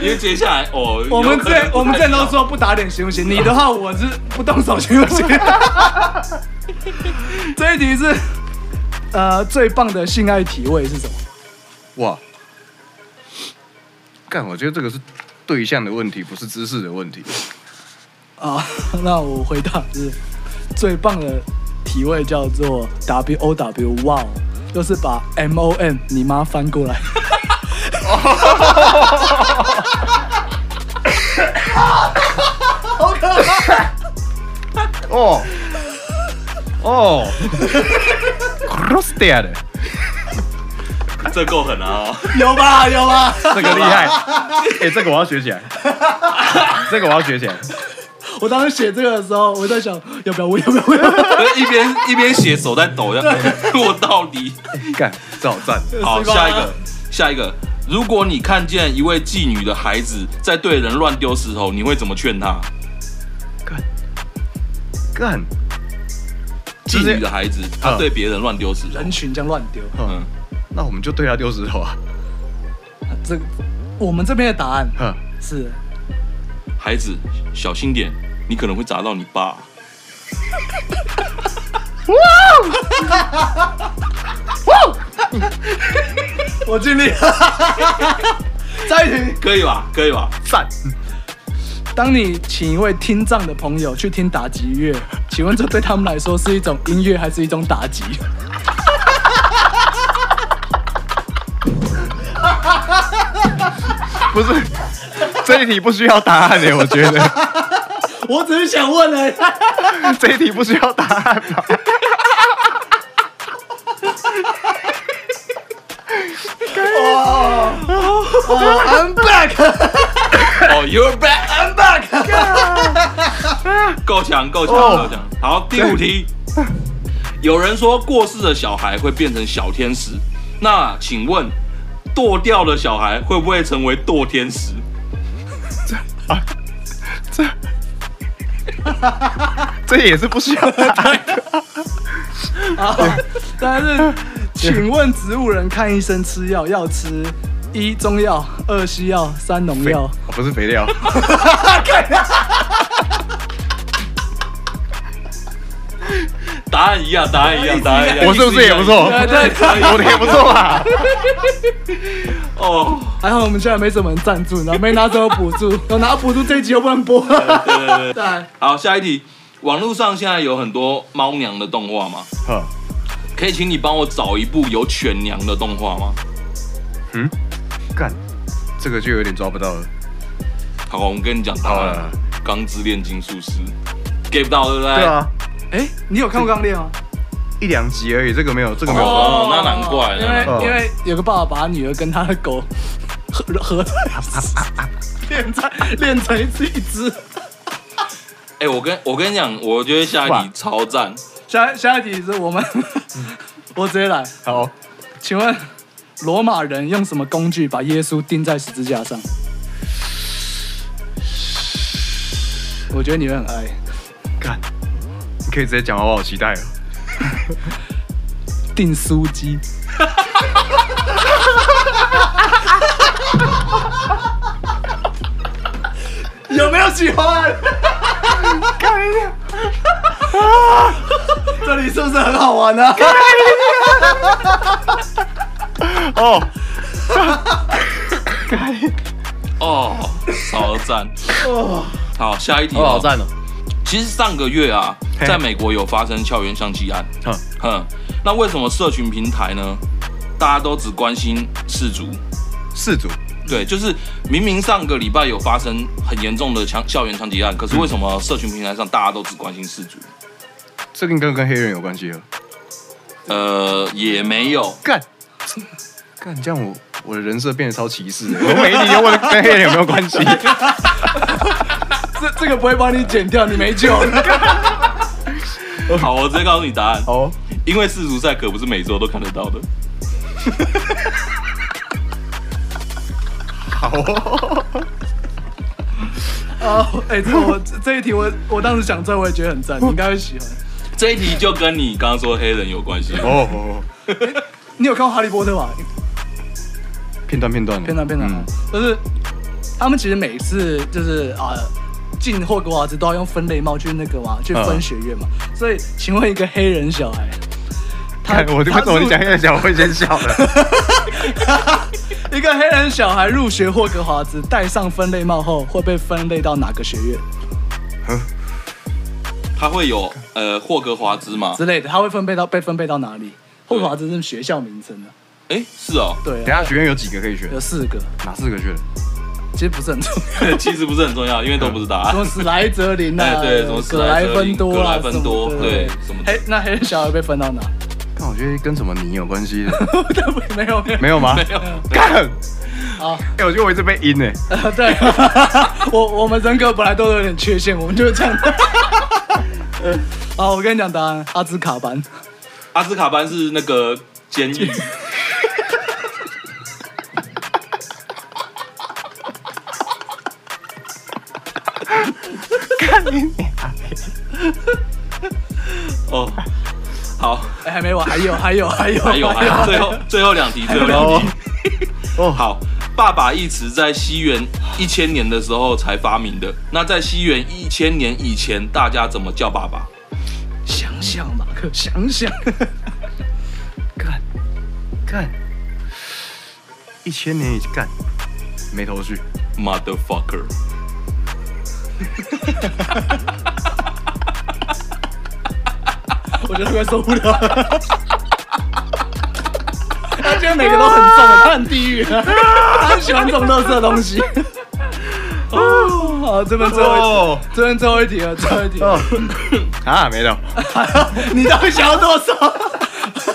S7: 因为接下来哦，
S8: 我们
S7: 有可能不
S8: 这
S7: 太
S8: 我们这都说不打脸行不行？你的话我是不动手行不行？ 这一题是呃最棒的性爱体位是什么？
S6: 哇！干，我觉得这个是对象的问题，不是姿势的问题。
S8: 啊， 那我回答是最棒的体位叫做 W O W Wow，就是把 M O M 你妈翻过来。
S6: 哦哦 c r o s s d e a d
S7: 这够狠啊！
S8: 有吧有吧，
S6: 这个厉 害，哎，这个我要学起来，这个我要学起来。
S8: 我当时写这个的时候，我在想要不要我要不要我，
S7: 一边一边写手在抖，这样 我到底。
S6: 干，这好赞！
S7: 好，
S8: 是吧
S7: 下一个，下一个。如果你看见一位妓女的孩子在对人乱丢石头，你会怎么劝他？
S6: 干，就
S7: 妓
S6: 是
S7: 女的孩子，他对别人乱丢石头，
S8: 人群这样乱丢。
S7: 嗯，
S6: 那我们就对他丢石头啊！
S8: 这个我们这边的答案
S6: 哼，
S8: 是
S7: 孩子小心点，你可能会砸到你爸。
S8: 我尽力了。再一题，
S7: 可以吧？可以 吧？
S6: 赞，
S8: 当你请一位听障的朋友去听打击乐，请问这对他们来说是一种音乐还是一种打击？
S6: 不是这一题不需要答案欸的，我觉得。
S8: 我只是想问而已。
S6: 这一题不需要答案吧？
S8: I'm back，
S7: 哦、y o u r e back, I'm back 。够强，够强，够强。好，第五题。有人说过世的小孩会变成小天使，那请问，剁掉的小孩会不会成为堕天使？
S6: 这也是不需要答
S8: 但是，请问植物人看医生吃药要吃一中药、二西药、三农
S6: 肥
S8: 药，
S6: 哦不是肥料，
S7: 答案一样，答案一样，答案一样。
S6: 我是不是也不错？
S8: 对对对
S6: 我的也不错 吧？
S7: 哦，
S8: 还好我们现在没什么人赞助，然后没拿什么补 助，有拿补助这一集又不能播。
S7: 对对对。
S8: 对，
S7: 好，下一题。网络上现在有很多猫娘的动画吗？
S6: 呵
S7: 可以请你帮我找一部有犬娘的动画吗？
S6: 嗯，干，这个就有点抓不到了。
S7: 好，我们跟你讲答
S6: 好
S7: 案
S6: 了。
S7: 钢之炼金术师，get 不到对不对？
S6: 对啊，
S8: 哎，你有看过《钢炼》吗？
S6: 一两集而已，这个没有，这个没有。
S7: 哦那难怪
S8: 因
S7: 那难
S6: 怪
S8: 为因为有个爸爸把他女儿跟他的狗 合合练成练成一只一只。
S7: 哎、我跟我跟你讲，我觉得下一题超赞。
S8: 下下一题是我们， 我直接来，
S6: 好，
S8: 请问罗马人用什么工具把耶稣钉在十字架上？我觉得你会很爱。
S6: 干，你可以直接讲，我好期待哦。
S8: 订书机。有没有喜欢？这里是不是很好玩呢、啊？
S6: 哦
S7: 哦，超赞！好，下一题、哦，
S6: 哦好赞哦！
S7: 其实上个月啊，
S6: 嘿
S7: 在美国有发生校园枪击案。
S6: 哼
S7: 哼，那为什么社群平台呢？大家都只关心氏族？
S6: 四组
S7: 对，就是明明上个礼拜有发生很严重的枪校园枪击案，可是为什么社群平台上大家都只关心氏族？
S6: 这个应该跟黑人有关系了。
S7: 呃，也没有。
S6: 干，干，这样我我的人设变得超歧视的。我每一集问跟黑人有没有关 系？
S8: 这这个不会帮你剪掉，你没救了。
S7: 好，我直接告诉你答案，
S6: 哦，
S7: 因为世足赛可不是每周都看得到的。
S6: 好哦，
S8: 哦，哎、这我这这一题我我当时想这我也觉得很赞，你应该会喜欢。
S7: 这一题就跟你刚刚说黑人有关系。
S6: 哦哦，
S8: 你有看过《哈利波特》吗？
S6: 片段片段
S8: 片段片段，
S6: 嗯
S8: 就是他们其实每次就是啊。进霍格沃兹都要用分类帽去那个嘛，去分学院嘛。
S7: 嗯
S8: 所以，请问一个黑人小孩，
S6: 看我为什么你讲黑人小我会先笑了？
S8: 一个黑人小孩入学霍格华兹，戴上分类帽后会被分类到哪个学院
S7: 它会有呃霍格华兹吗？
S8: 之类的？他会分配到被分配到哪里？霍格华兹是学校名称的，
S7: 哎、是哦，
S8: 对
S6: 等
S8: 啊、
S6: 下学院有几个可以选？
S8: 有四个，
S6: 哪四个选？
S8: 其实不是 很重要，
S7: 其实不是很重要，因为都不是答
S8: 什 么
S7: 案。
S8: 史莱哲林啊，
S7: 哎对什么史
S8: 葛
S7: 莱
S8: 莱
S7: 哲林
S8: 芬多啊，
S7: 葛莱芬多
S8: 什么
S7: 对
S8: 对
S7: 什么的
S8: 黑那黑人小孩被分到哪？
S6: 看，我觉得跟什么泥有关系的，
S8: 没有没有
S6: 没有吗？
S7: 没有，
S6: 干，
S8: 好
S6: 哎，我觉得我一直被阴哎。
S8: 呃，对， 我我们人格本来都有点缺陷，我们就是这样 的。好，我跟你讲答案，阿兹卡班。
S7: 阿兹卡班是那个监狱。哦，好，
S8: 哎，还没完，还有，还有，还 有，
S7: 还有还有，最后最后两题，最后两题。
S6: 哦，
S7: 好，爸爸一词在西元一千年的时候才发明的。那在西元一千年以前，大家怎么叫爸爸？
S8: 想想马克，想 想，
S6: 干，干，一千年已经干，没头绪。
S7: motherfucker。
S8: 我觉得快受不了 了。他觉得每个都很重，他很地狱， 他很喜欢这种垃圾东西。 哦，好，这边最后
S6: 哦
S8: 一，这边最后一题了，最后一题了。
S6: 哦，啊，没了。
S8: 你到底想要多少？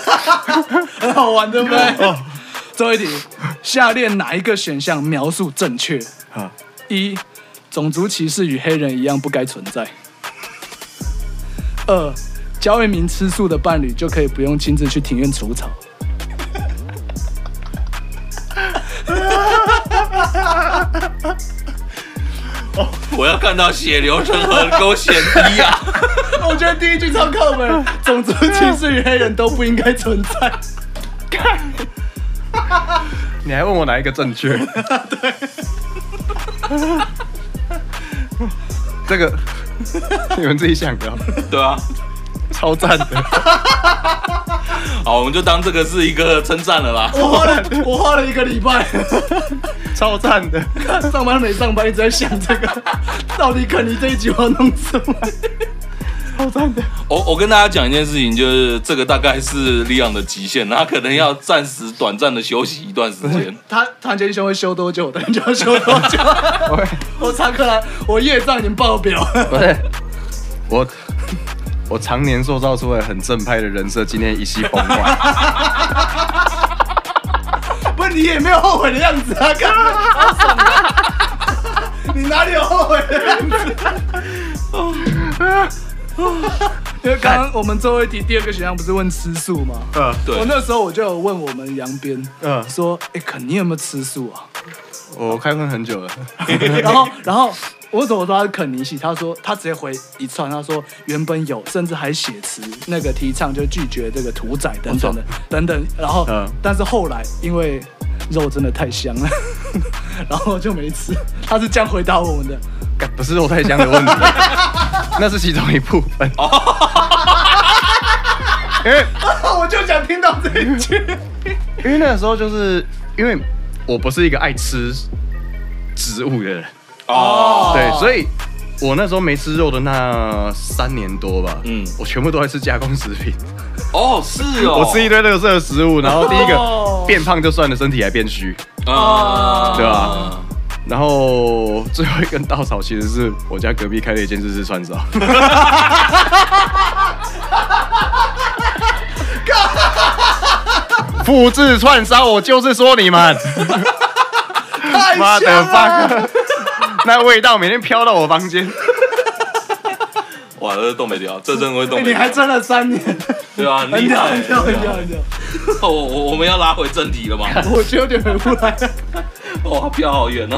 S8: 很好玩，对不对？
S6: 哦
S8: 最后一题，下列哪一个选项描述正确？
S6: 啊，
S8: 一，种族歧视与黑人一样不该存在。二，交一名吃素的伴侣就可以不用亲自去庭院除草。
S7: 我要看到血流成河，给我显低啊！
S8: 我觉得第一句超靠门，种族歧视与黑人都不应该存在。
S6: 你还问我哪一个正确？ 对，这个你们自己想的哦，
S7: 对啊，
S6: 超赞的。
S7: 好，我们就当这个是一个称赞了啦。
S8: 我花 了我花了一个礼拜，
S6: 超赞的，
S8: 上班没上班一直在想这个，到底肯尼这一集我要弄什么？
S7: 我我跟大家讲一件事情，就是这个大概是力量的极限，他可能要暂时短暂的休息一段时 间。
S8: 他团结兄会修多久？等就要修多久？ 我查克兰，我业障已经爆表。
S6: 不是我，我常年塑造出来很正派的人设，今天一夕崩坏。
S8: 不是你也没有后悔的样子啊，看，好爽啊 你哪里有后悔的样子？ 因为刚刚我们最后一题第二个选项不是问吃素吗？
S6: 嗯，
S7: 对
S8: 我那时候我就有问我们杨边，
S6: 嗯
S8: 说，哎、肯尼有没有吃素啊？
S6: 我开喷很久了，
S8: 然后，然后我怎么说他是肯尼系？他说他直接回一串，他说原本有，甚至还写词那个提倡就拒绝这个屠宰等等的等等。然后，
S6: 嗯
S8: 但是后来因为肉真的太香了， 然后就没吃。他是这样回答我们的。
S6: 干不是肉太香的问题，那是其中一部分。因为
S8: 我就想听到这一句。
S6: 因为那个时候就是因为我不是一个爱吃植物的人，
S7: 哦，
S6: 对，所以我那时候没吃肉的那三年多吧，
S7: 嗯
S6: 嗯，我全部都在吃加工食品，
S7: 哦，是哦，
S6: 我吃一堆垃圾的食物，然后第一
S8: 哦
S6: 个变胖就算了，身体还变虚，
S7: 啊，
S6: 对吧？然后最后一根稻草其实是我家隔壁开了一间日式串烧， 复制串烧，我就是说你们，妈的 fuck，那味道每天飘到我房 间。
S7: 哇，这冻没掉，这真的会冻
S8: 哎
S7: 没
S8: 你
S7: 掉，
S8: 还真了三年，哎
S7: 对吧？
S8: 很
S7: 厉
S8: 屌，
S7: 害
S8: 很，屌，很屌，很屌。
S7: 我我我们要拉回正题了吗？
S8: 我觉得有点回不来了。
S7: 哇，飘好远哦，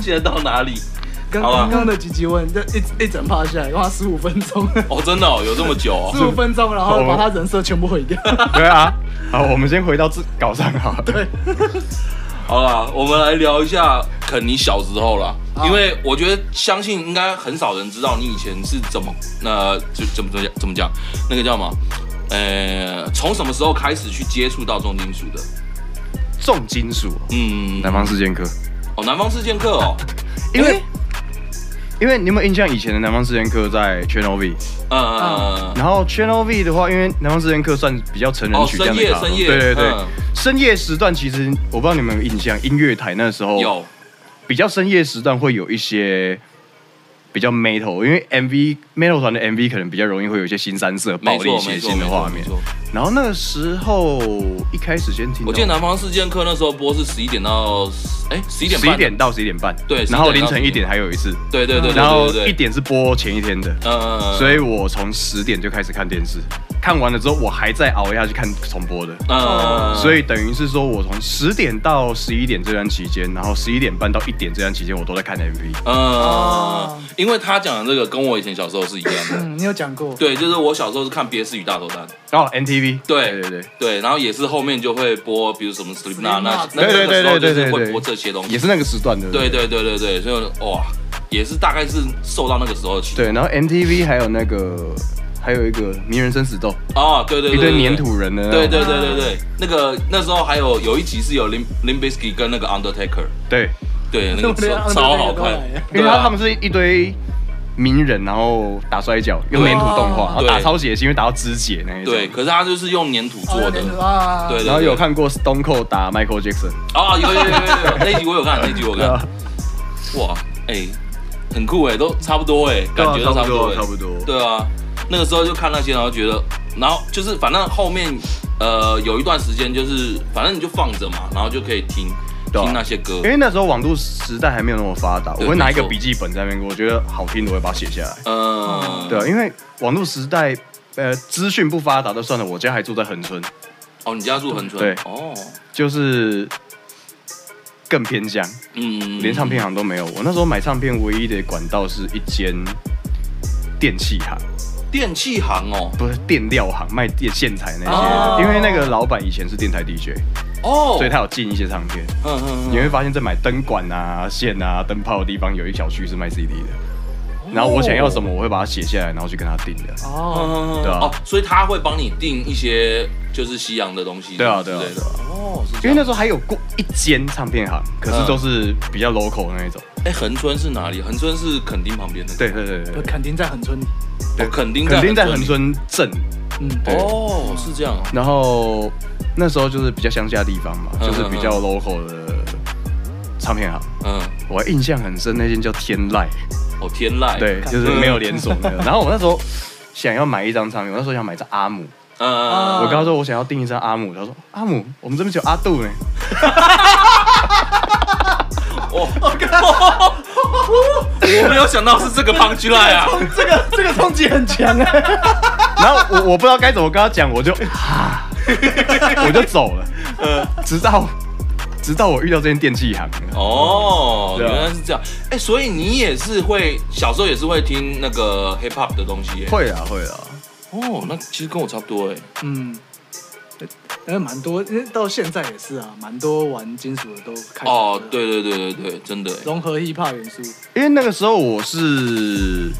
S7: 现在到哪里？
S8: 刚
S7: 好吧
S8: 刚刚的吉吉问，这一一整趴下来，花十五分钟，
S7: 哦，真的哦，有这么久哦
S8: 十五分钟，然后把他人设全部毁掉。
S6: 对啊，好，我们先回到自稿上好了。对，
S7: 好啦，我们来聊一下肯尼小时候啦，因为我觉得相信应该很少人知道你以前是怎么，那、就怎么怎么讲怎么讲，那个叫什么？呃，从什么时候开始去接触到重金属的？
S6: 重金属，
S7: 嗯，
S6: 南方四剑客。
S7: 哦，南方四剑客哦，
S6: 因为，因为你有没有印象以前的南方四剑客在 Channel V？
S7: 嗯，
S6: 然后 Channel V 的话，因为南方四剑客算比较成人
S7: 哦，
S6: 取向
S7: 深
S6: 的
S7: 夜
S6: 卡通、
S7: 深夜，
S6: 对对对，
S7: 嗯
S6: 深夜时段其实我不知道你们有没有印象，音乐台那时候
S7: 有，
S6: 比较深夜时段会有一些。比较 metal，因为 MV metal 团的 MV 可能比较容易会有一些新三色、暴
S7: 没
S6: 力、
S7: 错
S6: 血
S7: 没错
S6: 腥的
S7: 没
S6: 画
S7: 错
S6: 面
S7: 没。错。
S6: 然后那个时候一开始先听到，
S7: 我记得南方四剑客那时候播是十一点到哎十一点
S6: 十
S7: 半
S6: 一，点到十一点半，
S7: 对
S6: 然后
S7: 11点
S6: 凌
S7: 到
S6: 晨一点还有一次，
S7: 对对对，对
S6: 然后
S7: 对对对
S6: 一点是播前一天的，
S7: 嗯，
S6: 所以我从十点就开始看电视，看完了之后我还在熬夜去看重播的，
S7: 嗯，
S6: 所以等于是说我从十点到十一点这段期间，然后十一点半到一点这段期间我都在看 MV，哦
S7: 嗯，呃因为他讲的这个跟我以前小时候是一样 的。
S8: 嗯，你有讲过。
S7: 对，就是我小时候是看《别死与大头蛋》，
S6: 然后 NTV，
S7: 对
S6: 对对对，
S7: 对，然后也是后面就会播，比如什么 Slipknot 那那那
S6: 对对
S7: 个
S6: 对
S7: 时候就
S6: 对
S7: 是
S6: 对
S7: 会
S6: 对
S7: 播这些东西
S6: 也。是那个时段的，
S7: 对对对对对，所以我哇，也是大概是受到那个时候的启
S6: 对，然后 NTV 还有那个还有一个名人生死斗，
S7: 啊，对对
S6: 一
S7: 对，
S6: 堆
S7: 对
S6: 粘。土人的啊那种，
S7: 对对对对对，那个那时候还有有一集是有林林 Bisky 跟那个 Undertaker，
S6: 对，
S7: 对，啊那个超
S8: Undertaker
S7: 超好
S8: 都来
S7: 看
S8: 了，
S6: 因
S7: 对
S6: 为
S7: 啊
S6: 他他们是一堆名人，然后打摔跤，用
S7: 对
S6: 粘土动画，然后
S7: 哦对
S6: 打超血腥，因为打到肢解那一种。
S7: 对，可是他就是用粘土做
S8: 哦
S7: 的，
S8: 啊，
S7: 对对，
S6: 然后
S7: 对
S6: 有看过 Stone Cold 打 Michael Jackson，
S7: 啊，有有有有有，那一集我有看，那一集我有看。哇，哎、很酷哎、都差不多哎、感觉都差不多、哎。
S6: 多
S7: 对啊，那个时候就看那些，然后觉得，然后就是反正后面呃有一段时间就是反正你就放着嘛，然后就可以听
S6: 对啊
S7: 听那些歌
S6: 因。为那时候网络时代还没有那么发达，
S7: 对
S6: 我会拿一个
S7: 没错
S6: 笔记本在那边，我觉得好听的我会把它写下来。
S7: 呃，
S6: 对啊，因为网络时代，呃，资讯不发达就算了，我家还住在恒村，
S7: 哦，你家住恒春，
S6: 对
S7: 哦，
S6: 就是更偏乡，
S7: 嗯，
S6: 连唱片行都没有。我那时候买唱片唯一的管道是一间电器行，
S7: 电器行哦，
S6: 不是电料行，卖电线材那些。
S7: 哦
S6: 因为那个老板以前是电台 DJ，
S7: 哦，
S6: 所以他有进一些唱片。
S7: 嗯嗯
S6: 你会发现，在买灯管啊、线啊、灯泡的地方，有一小区是卖 CD 的。然后我想要什么，我会把它写下来，然后去跟他订的。
S8: 哦，
S7: 嗯，
S6: 对啊
S7: 哦，所以他会帮你订一些就是西洋的东西，
S6: 对啊
S7: 之
S6: 对啊
S7: 类的，哦，是这
S6: 因
S7: 样
S6: 为那时候还有过一间唱片行，可是都是比较 local 那一种。
S7: 哎，恒春是哪里？恒春是垦丁旁边的，
S6: 对对对对
S8: 不
S6: 对，
S8: 肯定在恒春里。
S7: 哦，垦丁
S6: 肯定在
S7: 恒
S6: 恒春镇。
S8: 嗯，
S6: 对
S7: 哦，是这样哦，
S6: 然后那时候就是比较乡下的地方嘛，
S7: 嗯
S6: 就是比较 local 的唱片行。
S7: 嗯，
S6: 我印象很深，那间叫天籁，
S7: 哦，天籁，
S6: 对，就是
S7: 嗯
S6: 没有连锁的。然后我那时候想要买一张唱片，我那时候想买一张阿姆。
S7: 嗯，
S6: 我跟他说我想要订一张阿姆，他说阿姆，我们这边只有阿杜呢。
S7: 哦 我没有想到是这个 punch line 啊，
S8: 这个这个冲击很强啊！
S6: 然后我我不知道该怎么跟他讲，我就啊，我就走了。
S8: 嗯
S6: 直到直到我遇到这间电器行，
S7: 哦，
S6: 对啊
S7: 原来是这样，哎，所以你也是会小时候也是会听那个 hip hop 的东西耶，
S6: 会啊会啊，
S7: 哦，那其实跟我差不多哎，
S8: 嗯，因为蛮多，因为到现在也是啊，蛮多玩金属的都开始
S7: 哦，对对对对对，真的耶，
S8: 融合 hiphop 元素。
S6: 因为那个时候我是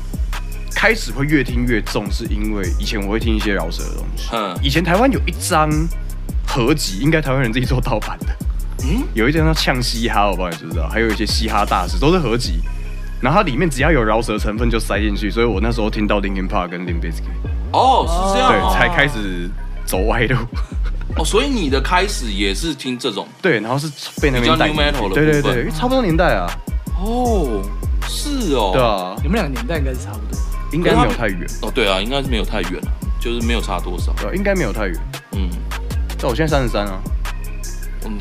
S6: 开始会越听越重，是因为以前我会听一些饶舌的东西。
S7: 嗯
S6: 以前台湾有一张合集，应该台湾人自己做盗版的。
S7: 嗯
S6: 有一张叫《呛嘻哈》，我不知道你知不知道，还有一些嘻哈大师都是合集。然后它里面只要有饶舌成分就塞进去，所以我那时候听到 Linkin Park 跟 Lin Biscuit，
S7: 哦，是这样
S6: 对，
S7: 哦，
S6: 才开始走歪路。
S7: 哦，所以你的开始也是听这种
S6: 对，然后是被那边带进
S7: 比较 new metal 的
S6: 去。对对
S7: 部分
S6: 对，因为差不多年代啊，
S7: 哦，是哦，
S6: 对，啊，
S8: 你们两个年代应该是差不多。
S6: 应该没有太远，
S7: 哦对啊，应该是没有太远了，就是没有差多少，
S6: 对啊，应该没有太远。
S7: 嗯
S6: 但我现在三十三啊，
S7: 嗯，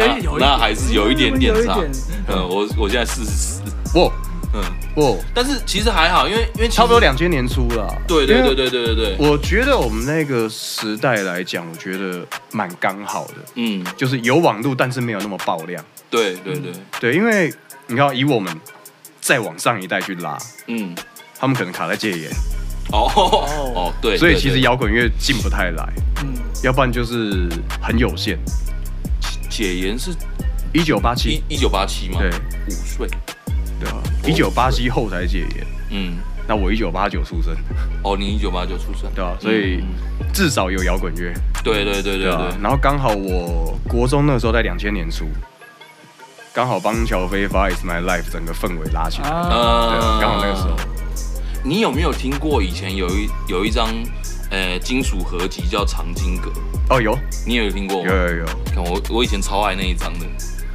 S8: 哎
S7: 那
S8: 有一点
S7: 那还是有一点点
S8: 有一
S7: 差
S8: 点，
S7: 嗯，我我现在四十四，
S6: 哇
S7: 嗯，
S6: 哇，
S7: 但是其实还好，因为因为其实
S6: 差不多，两千年初了。
S7: 对对对。对对对对，
S6: 我觉得我们那个时代来讲，我觉得蛮刚好的，
S7: 嗯，
S6: 就是有网路，但是没有那么爆量。
S7: 对对对，
S6: 对，因为你看，以我们再往上一代去拉，
S7: 嗯，
S6: 他们可能卡在戒严，
S7: 哦哦对，
S6: 所以
S7: 对
S6: 其实
S7: 对
S6: 摇滚乐进不太来，
S8: 嗯，
S6: 要不然就是很有限。
S7: 解严是
S6: 一九八七
S7: 一，哦一九八七嘛，
S6: 对，
S7: 五岁，
S6: 对吧？一九八七后才戒严，
S7: 嗯，
S6: 那我一九八九出生，
S7: 哦，你一九八九出生，
S6: 对吧？啊所以
S7: 嗯
S6: 至少有摇滚乐，
S7: 对对对对
S6: 对吧啊
S7: 对？，
S6: 然后刚好我国中那时候在两千年初，刚好帮乔飞发《It's My Life》整个氛围拉起来，
S8: 啊，
S6: 对，
S7: 呃
S6: 刚好那个时候，
S7: 你有没有听过以前有一有一张呃金属合集叫《长金阁》？
S6: 哦，有
S7: 你有听过
S6: 有
S7: 吗？
S6: 有有，
S7: 看我我以前超爱那一张的，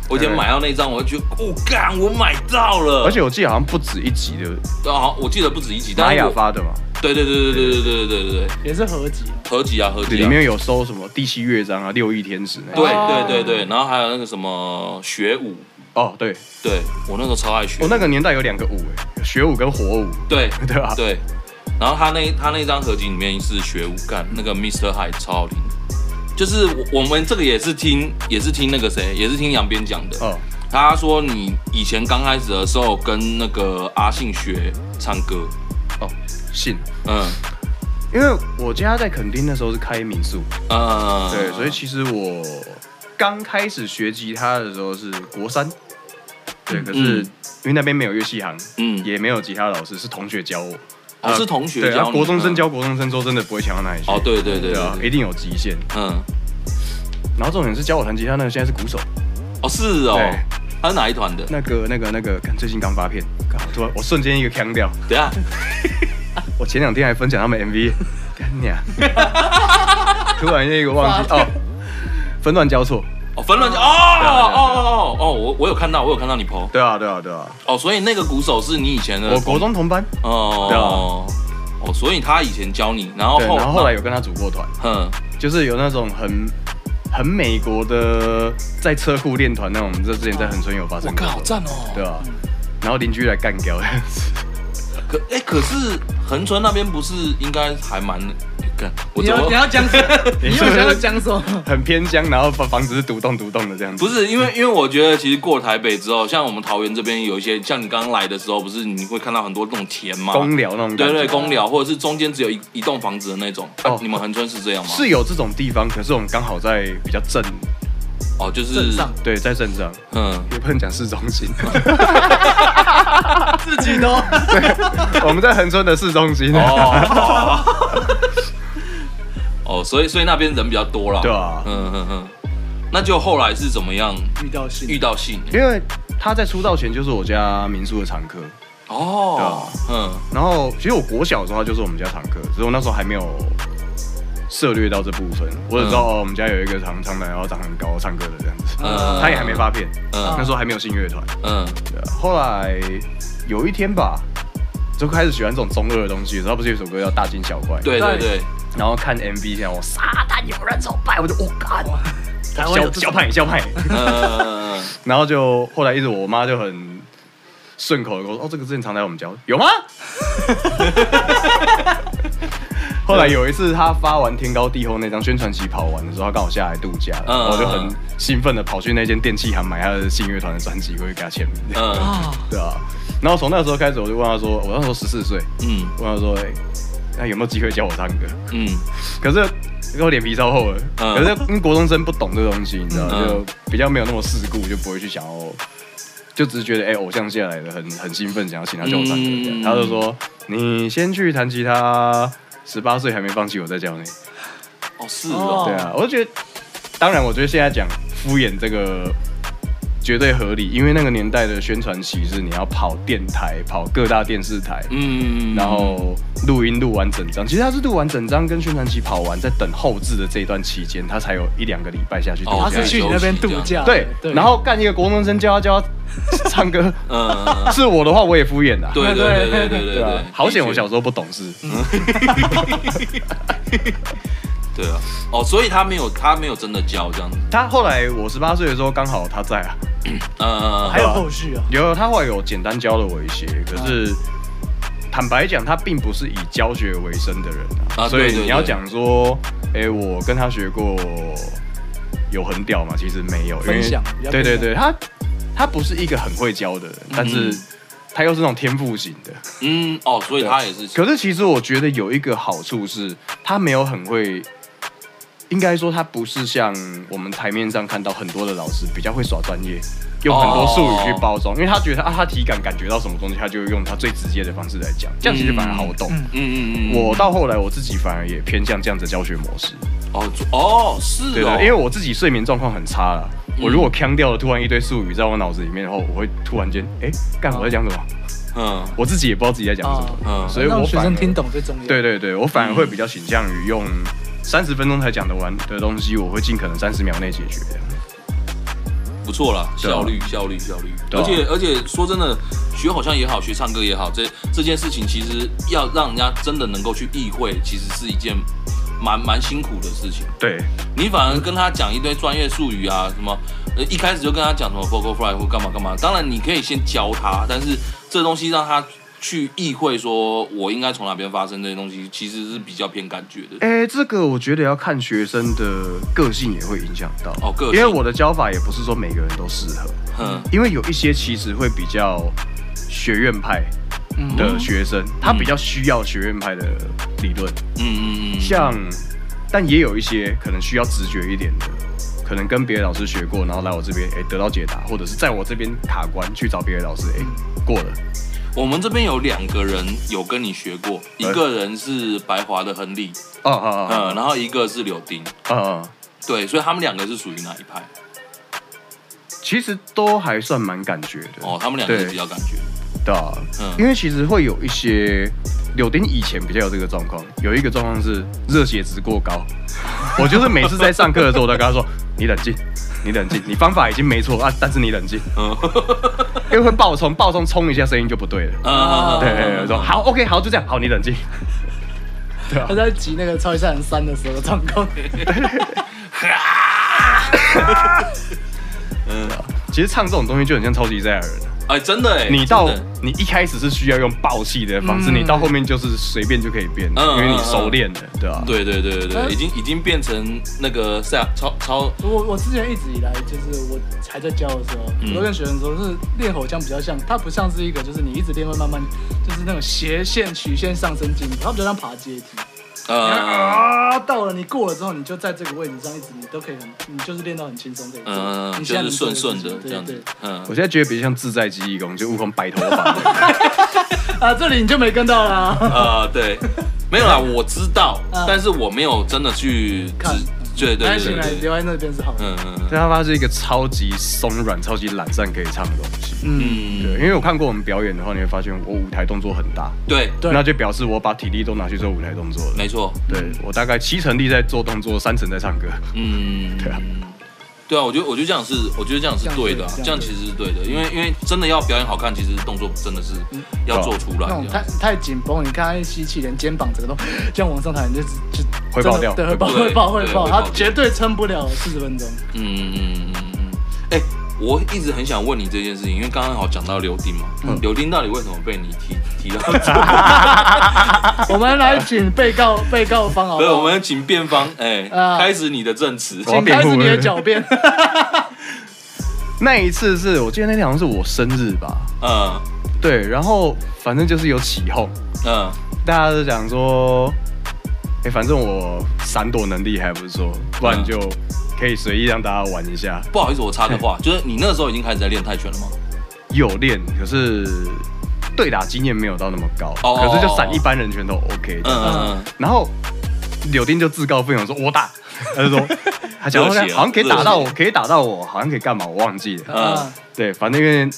S7: 我以前买到那一张，我就觉得哦干，我买到了。
S6: 而且我记得好像不止一集的，
S7: 啊，我记得不止一集，但
S6: 玛
S7: 是
S6: 雅
S7: 我
S6: 发的嘛，
S7: 对对对对对对对对对对，
S8: 也是合集。
S7: 合集啊合集啊。
S6: 里面有收什么第七乐章啊、六翼天使那
S7: 对
S6: 种。
S7: 对对对，然后还有那个什么学舞，
S6: 哦，对，
S7: 对我那时候超爱学
S6: 我
S7: 舞。
S6: 那个年代有两个舞哎，有学舞跟火舞，
S7: 对
S6: 对啊吧？
S7: 对，然后他那他那张合集里面是学舞干，那个 Mr. High 超好听的。就是我我们这个也是听也是听那个谁也是听杨边讲的，
S6: 哦，
S7: 他说你以前刚开始的时候跟那个阿信学唱歌，哦
S6: 信，
S7: 嗯
S6: 因为我家在垦丁那时候是开民宿，
S7: 呃，
S6: 对，所以其实我刚开始学吉他的时候是国三，对，可是
S7: 嗯
S6: 因为那边没有乐器行，
S7: 嗯
S6: 也没有吉他老师，是同学教我，
S7: 哦是同学
S6: 对，
S7: 教
S6: 啊
S7: 你
S6: 国中生
S7: 嗯
S6: 教国中生说真的不会强到哪里去，
S7: 哦对对对
S6: 对啊，
S7: 对
S6: 一定有极限。
S7: 嗯
S6: 然后重点是教我弹吉他那个现在是鼓手，
S7: 哦是哦
S6: 对，
S7: 他是哪一团的？
S6: 那个那个那个，看最近刚发片，干我突然我瞬间一个腔调，
S7: 等一下
S6: 我前两天还分享他们 MV，干 你啊！突然间一个忘记哦，纷乱交错，
S7: 哦分乱哦
S6: 对啊对啊
S7: 哦哦哦我我有看到我有看到你 PO
S6: 对啊对啊对啊，
S7: 哦，所以那个鼓手是你以前的
S6: 我国中同班，对啊
S7: 哦哦，所以他以前教你，然后
S6: 对，
S7: 后
S6: 然后后来有跟他组过团，
S7: 嗯
S6: 就是有那种很很美国的在车库练团那种，这之前在恒春有发生过，
S8: 赞哦
S6: 对啊，然后邻居来干掉，
S7: 可哎可是恒春那边不是应该还蛮干，我
S8: 你
S7: 怎
S8: 要
S7: 么
S8: 你 要讲什么？你又想要讲什么？
S6: 很偏乡，然后房房子是独栋独栋的这样子。
S7: 不是因为，因为我觉得其实过台北之后，像我们桃园这边有一些，像你刚刚来的时候，不是你会看到很多那种田嘛，
S6: 公寮那种感
S7: 啊
S6: 觉，
S7: 对对，公寮或者是中间只有一一栋房子的那种。啊
S6: 哦
S7: 你们恒春是这样吗？
S6: 是有这种地方，可是我们刚好在比较正，
S7: 哦，就是
S8: 镇上
S6: 对，在镇上，
S7: 嗯，
S6: 也不能讲市中心，
S8: 自己都
S6: 我们在恒春的市中心，
S7: 哦， 哦，所以所以那边人比较多啦。
S6: 对啊
S7: 嗯嗯嗯。那就后来是怎么样
S8: 遇到性
S7: 遇到信？
S6: 因为他在出道前就是我家民宿的常客，
S7: 哦，嗯，
S6: 然后其实我国小的时候他就是我们家常客，只是我那时候还没有涉略到这部分，我只知道、哦我们家有一个常常来，然后长很高唱歌的这样子，
S7: 嗯
S6: 他也还没发片，
S7: 嗯
S6: 那时候还没有信乐团，
S7: 嗯，
S6: 对啊后来有一天吧。就开始喜欢这种中二的东西，然后不是有一首歌叫《大惊小怪》？
S7: 对对对，
S6: 然后看 MV 前，我撒旦有人崇拜，我就我干，小小派小派，
S7: 嗯，
S6: 然后就后来一直我妈就很顺口的跟我说，哦，这个之前常来我们家，有吗？后来有一次她发完《天高地厚》那张宣传期跑完的时候，她刚好下来度假了，
S7: 嗯
S6: 然后我就很
S7: 嗯
S6: 兴奋的跑去那间电器行买她的信乐团的专辑，回去给她签名，
S7: 嗯
S6: 对啊。然后从那时候开始，我就问她说，我那时候十四岁，
S7: 嗯
S6: 问她说，哎、那有没有机会教我唱歌？
S7: 嗯，
S6: 可是因为我脸皮超厚了，
S7: 嗯
S6: 可是因为国中生不懂这个东西，你知道，
S7: 嗯
S6: 就比较没有那么世故，就不会去想要，就只是觉得哎、偶像下来了，很很兴奋，想要请他教我唱歌。这
S7: 嗯
S6: 样他就说：“你先去弹吉他，十八岁还没放弃，我再教你。
S7: 哦是哦，
S8: 哦
S6: 对啊，我就觉得，当然，我觉得现在讲敷衍这个。绝对合理，因为那个年代的宣传期是你要跑电台、跑各大电视台，
S7: 嗯，
S6: 然后录音录完整张，其实他是录完整张跟宣传期跑完，在等后置的这一段期间，他才有一两个礼拜下去。
S7: 哦
S8: 他是去你那边度假，
S6: 对，然后干一个国中生教他教他唱歌，
S7: 嗯，
S6: 是我的话我也敷衍的、啊。
S7: 对对对对对对
S6: 对啊
S7: 对，，
S6: 好险
S7: 的
S6: 我
S7: 确
S6: 小时候不懂事。
S7: 对啊，哦，所以他没有他没有真的教这样子，
S6: 他后来我十八岁的时候刚好他在啊，
S7: 嗯
S8: 还有后续啊，
S6: 有他后来有简单教了我一些，可是。坦白讲，他并不是以教学为生的人啊，
S7: 啊
S6: 所
S7: 对
S6: 以
S7: 对
S6: 你要
S7: 对
S6: 讲说，哎，我跟他学过有很屌嘛？其实没有，因为
S8: 分享比较
S6: 对对
S8: 分
S6: 对，他他不是一个很会教的人，但是他又是那种天赋型的。
S7: 嗯哦，所以他也是，
S6: 可是其实我觉得有一个好处是，他没有很会，应该说他不是像我们台面上看到很多的老师比较会耍专业，用很多术语去包
S7: 哦
S6: 装，因为他觉得啊，他体感感觉到什么东西，他就用他最直接的方式来讲，这样其实反而好懂。
S7: 嗯嗯嗯，
S6: 我到后来我自己反而也偏向这样子的教学模式，
S7: 哦做哦是
S6: 对的，
S7: 哦，嗯
S6: 因为我自己睡眠状况很差了。我如果腔掉了，突然一堆术语在我脑子里面的话，我会突然间，哎、干我在讲什么？
S7: 嗯
S6: 我自己也不知道自己在讲什么，
S7: 嗯
S6: 所以我
S8: 让学
S6: 反
S8: 生
S6: 而
S8: 听懂最重要。
S6: 对对对，我反而会比较倾向于用三十分钟才讲得完的东西，我会尽可能三十秒内解决。
S7: 不错啦，
S6: 对啊
S7: 效率效率效率，
S6: 对
S7: 而
S6: 啊
S7: 且而且说真的，学好像也好，学唱歌也好，这这件事情其实要让人家真的能够去意会，其实是一件蛮蛮辛苦的事情。
S6: 对，
S7: 你反而跟他讲一堆专业术语啊，什么，呃，一开始就跟他讲什么 vocal fry 或干嘛干嘛。当然你可以先教他，但是这东西让他去意会，说我应该从哪边发生这些东西，其实是比较偏感觉的。
S6: 哎、这个我觉得要看学生的个性也会影响到
S7: 哦个性
S6: 因为我的教法也不是说每个人都适合，
S7: 嗯
S6: 因为有一些其实会比较学院派的学生，他比较需要学院派的理论，
S7: 嗯嗯嗯，
S6: 像，但也有一些可能需要直觉一点的，可能跟别的老师学过，然后来我这边，哎、得到解答，或者是在我这边卡关去找别的老师，哎、
S7: 嗯
S6: 过了。
S7: 我们这边有两个人有跟你学过，一个人是白华的亨利，
S6: 哦哎哦
S7: 嗯，然后一个是柳丁，
S6: 哦哦，
S7: 对，所以他们两个是属于哪一派？
S6: 其实都还算蛮感觉的
S7: 哦，他们两个是
S6: 对
S7: 比较感觉，
S6: 对啊
S7: 嗯
S6: 因为其实会有一些柳丁以前比较有这个状况，有一个状况是热血值过高， 我就是每次在上课的时候，我都跟他说：“你冷静，你冷静，你方法已经没错啊，但是你冷静。”
S7: 嗯
S6: 因为会爆冲，爆冲冲一下声音就不对了。
S7: 嗯，
S6: 对对对，哎我说好，OK，好，就这样，好，你冷静。
S8: 他在集那个《超级赛亚人三》的时候的状况，
S6: 其实唱这种东西就很像超级赛亚人，
S7: 哎，真的哎，
S6: 你到
S7: 真的
S6: 你一开始是需要用暴气的方式，
S8: 嗯
S6: 你到后面就是随便就可以变，
S7: 嗯
S6: 因为你
S7: 嗯
S6: 熟练了，对啊吧、
S7: 对对对对对，
S6: 哎
S8: 嗯
S7: 已经已经变成那个赛超超
S8: 我我之前一直以来就是我还在教的时候，
S7: 嗯
S8: 我都跟学生说，就是练吼腔比较像，它不像是一个就是你一直练会慢慢就是那种斜线曲线上升进，它比较像爬阶 梯。
S7: 呃
S8: 啊，到了你过了之后，你就在这个位置上一直你都可以很，你就是练到很轻松这一次。
S7: 嗯，
S8: 你现
S7: 就
S8: 在
S7: 是
S8: 能做
S7: 顺顺的
S8: 事情
S7: 这样
S8: 对
S7: 子
S8: 对，
S7: 嗯
S6: 我，现在觉得比较像自在记忆功，就悟空白头 发，
S8: 啊，这里你就没跟到啦。
S7: 呃，对，没有啦，我知道
S8: 嗯，
S7: 但是我没有真的去
S8: 看
S7: 只，对对
S8: 但
S7: 对
S8: 是
S7: 对对，
S8: 哎留在那边是好的。
S7: 嗯嗯
S6: 但他发是一个超级松软、超级懒散可以唱的东西。对，因
S7: 嗯，
S6: 为我看过我们表演的话，你会发现我舞台动作很大，
S7: 对，
S8: 对
S6: 那就表示我把体力都拿去做舞台动作了。
S7: 没错，
S6: 对我大概七成力在做动作，三成在唱歌。
S7: 嗯，
S6: 对啊
S7: 对啊，我觉得我觉得这样是，我觉得这样是对的啊，这
S8: 这
S7: 样
S8: 样对
S7: 其实是对的，因为因为真的要表演好看，其实动作真的是
S6: 啊
S7: 要做出来啊
S8: 嗯那种
S7: 这
S8: 太
S7: 样。
S8: 太紧绷，你看他一吸气，连肩膀整个都这样往上抬，你就就
S6: 会
S8: 真的
S6: 爆掉
S8: 对，会爆，
S7: 对
S8: 会爆，会
S7: 对
S8: 爆，
S7: 会爆
S8: 他
S7: 掉
S8: 绝对撑不了四十分钟。
S7: 嗯嗯嗯嗯嗯。哎、我一直很想问你这件事情，因为刚刚好讲到刘丁嘛，
S6: 嗯
S7: 嗯刘丁到底为什么被你提提到？
S8: 我们来请被告被告方好
S7: 所以
S8: 不好？
S7: 我们请辩方哎、
S8: 啊
S7: 开始你的证词。
S6: 我要
S8: 请
S6: 辩
S8: 开
S6: 护
S8: 始你的
S6: 了
S8: 狡辩。
S6: 那一次是我记得那天好像是我生日吧，啊
S7: 嗯
S6: 对，然后反正就是有起哄，
S7: 嗯
S6: 大家都讲说，哎、反正我闪躲能力还不错，不然就可以随意让大家玩一下。
S7: 不好意思，我插个 话，就是你那时候已经开始在练泰拳了吗？
S6: 有练，可是对打经验没有到那么高，
S7: 哦
S6: 可是就闪一般人拳头 OK
S7: 嗯
S6: 的。
S7: 嗯嗯，
S6: 然后柳丁就自告奋勇说：“我 打。”他就说。他讲
S7: 热
S6: 好
S7: 血啊
S6: 像好像可以打到我
S7: 热，
S6: 可以打到我，好像可以干嘛？我忘记了。
S7: 嗯
S8: 啊，
S6: 对，反正因为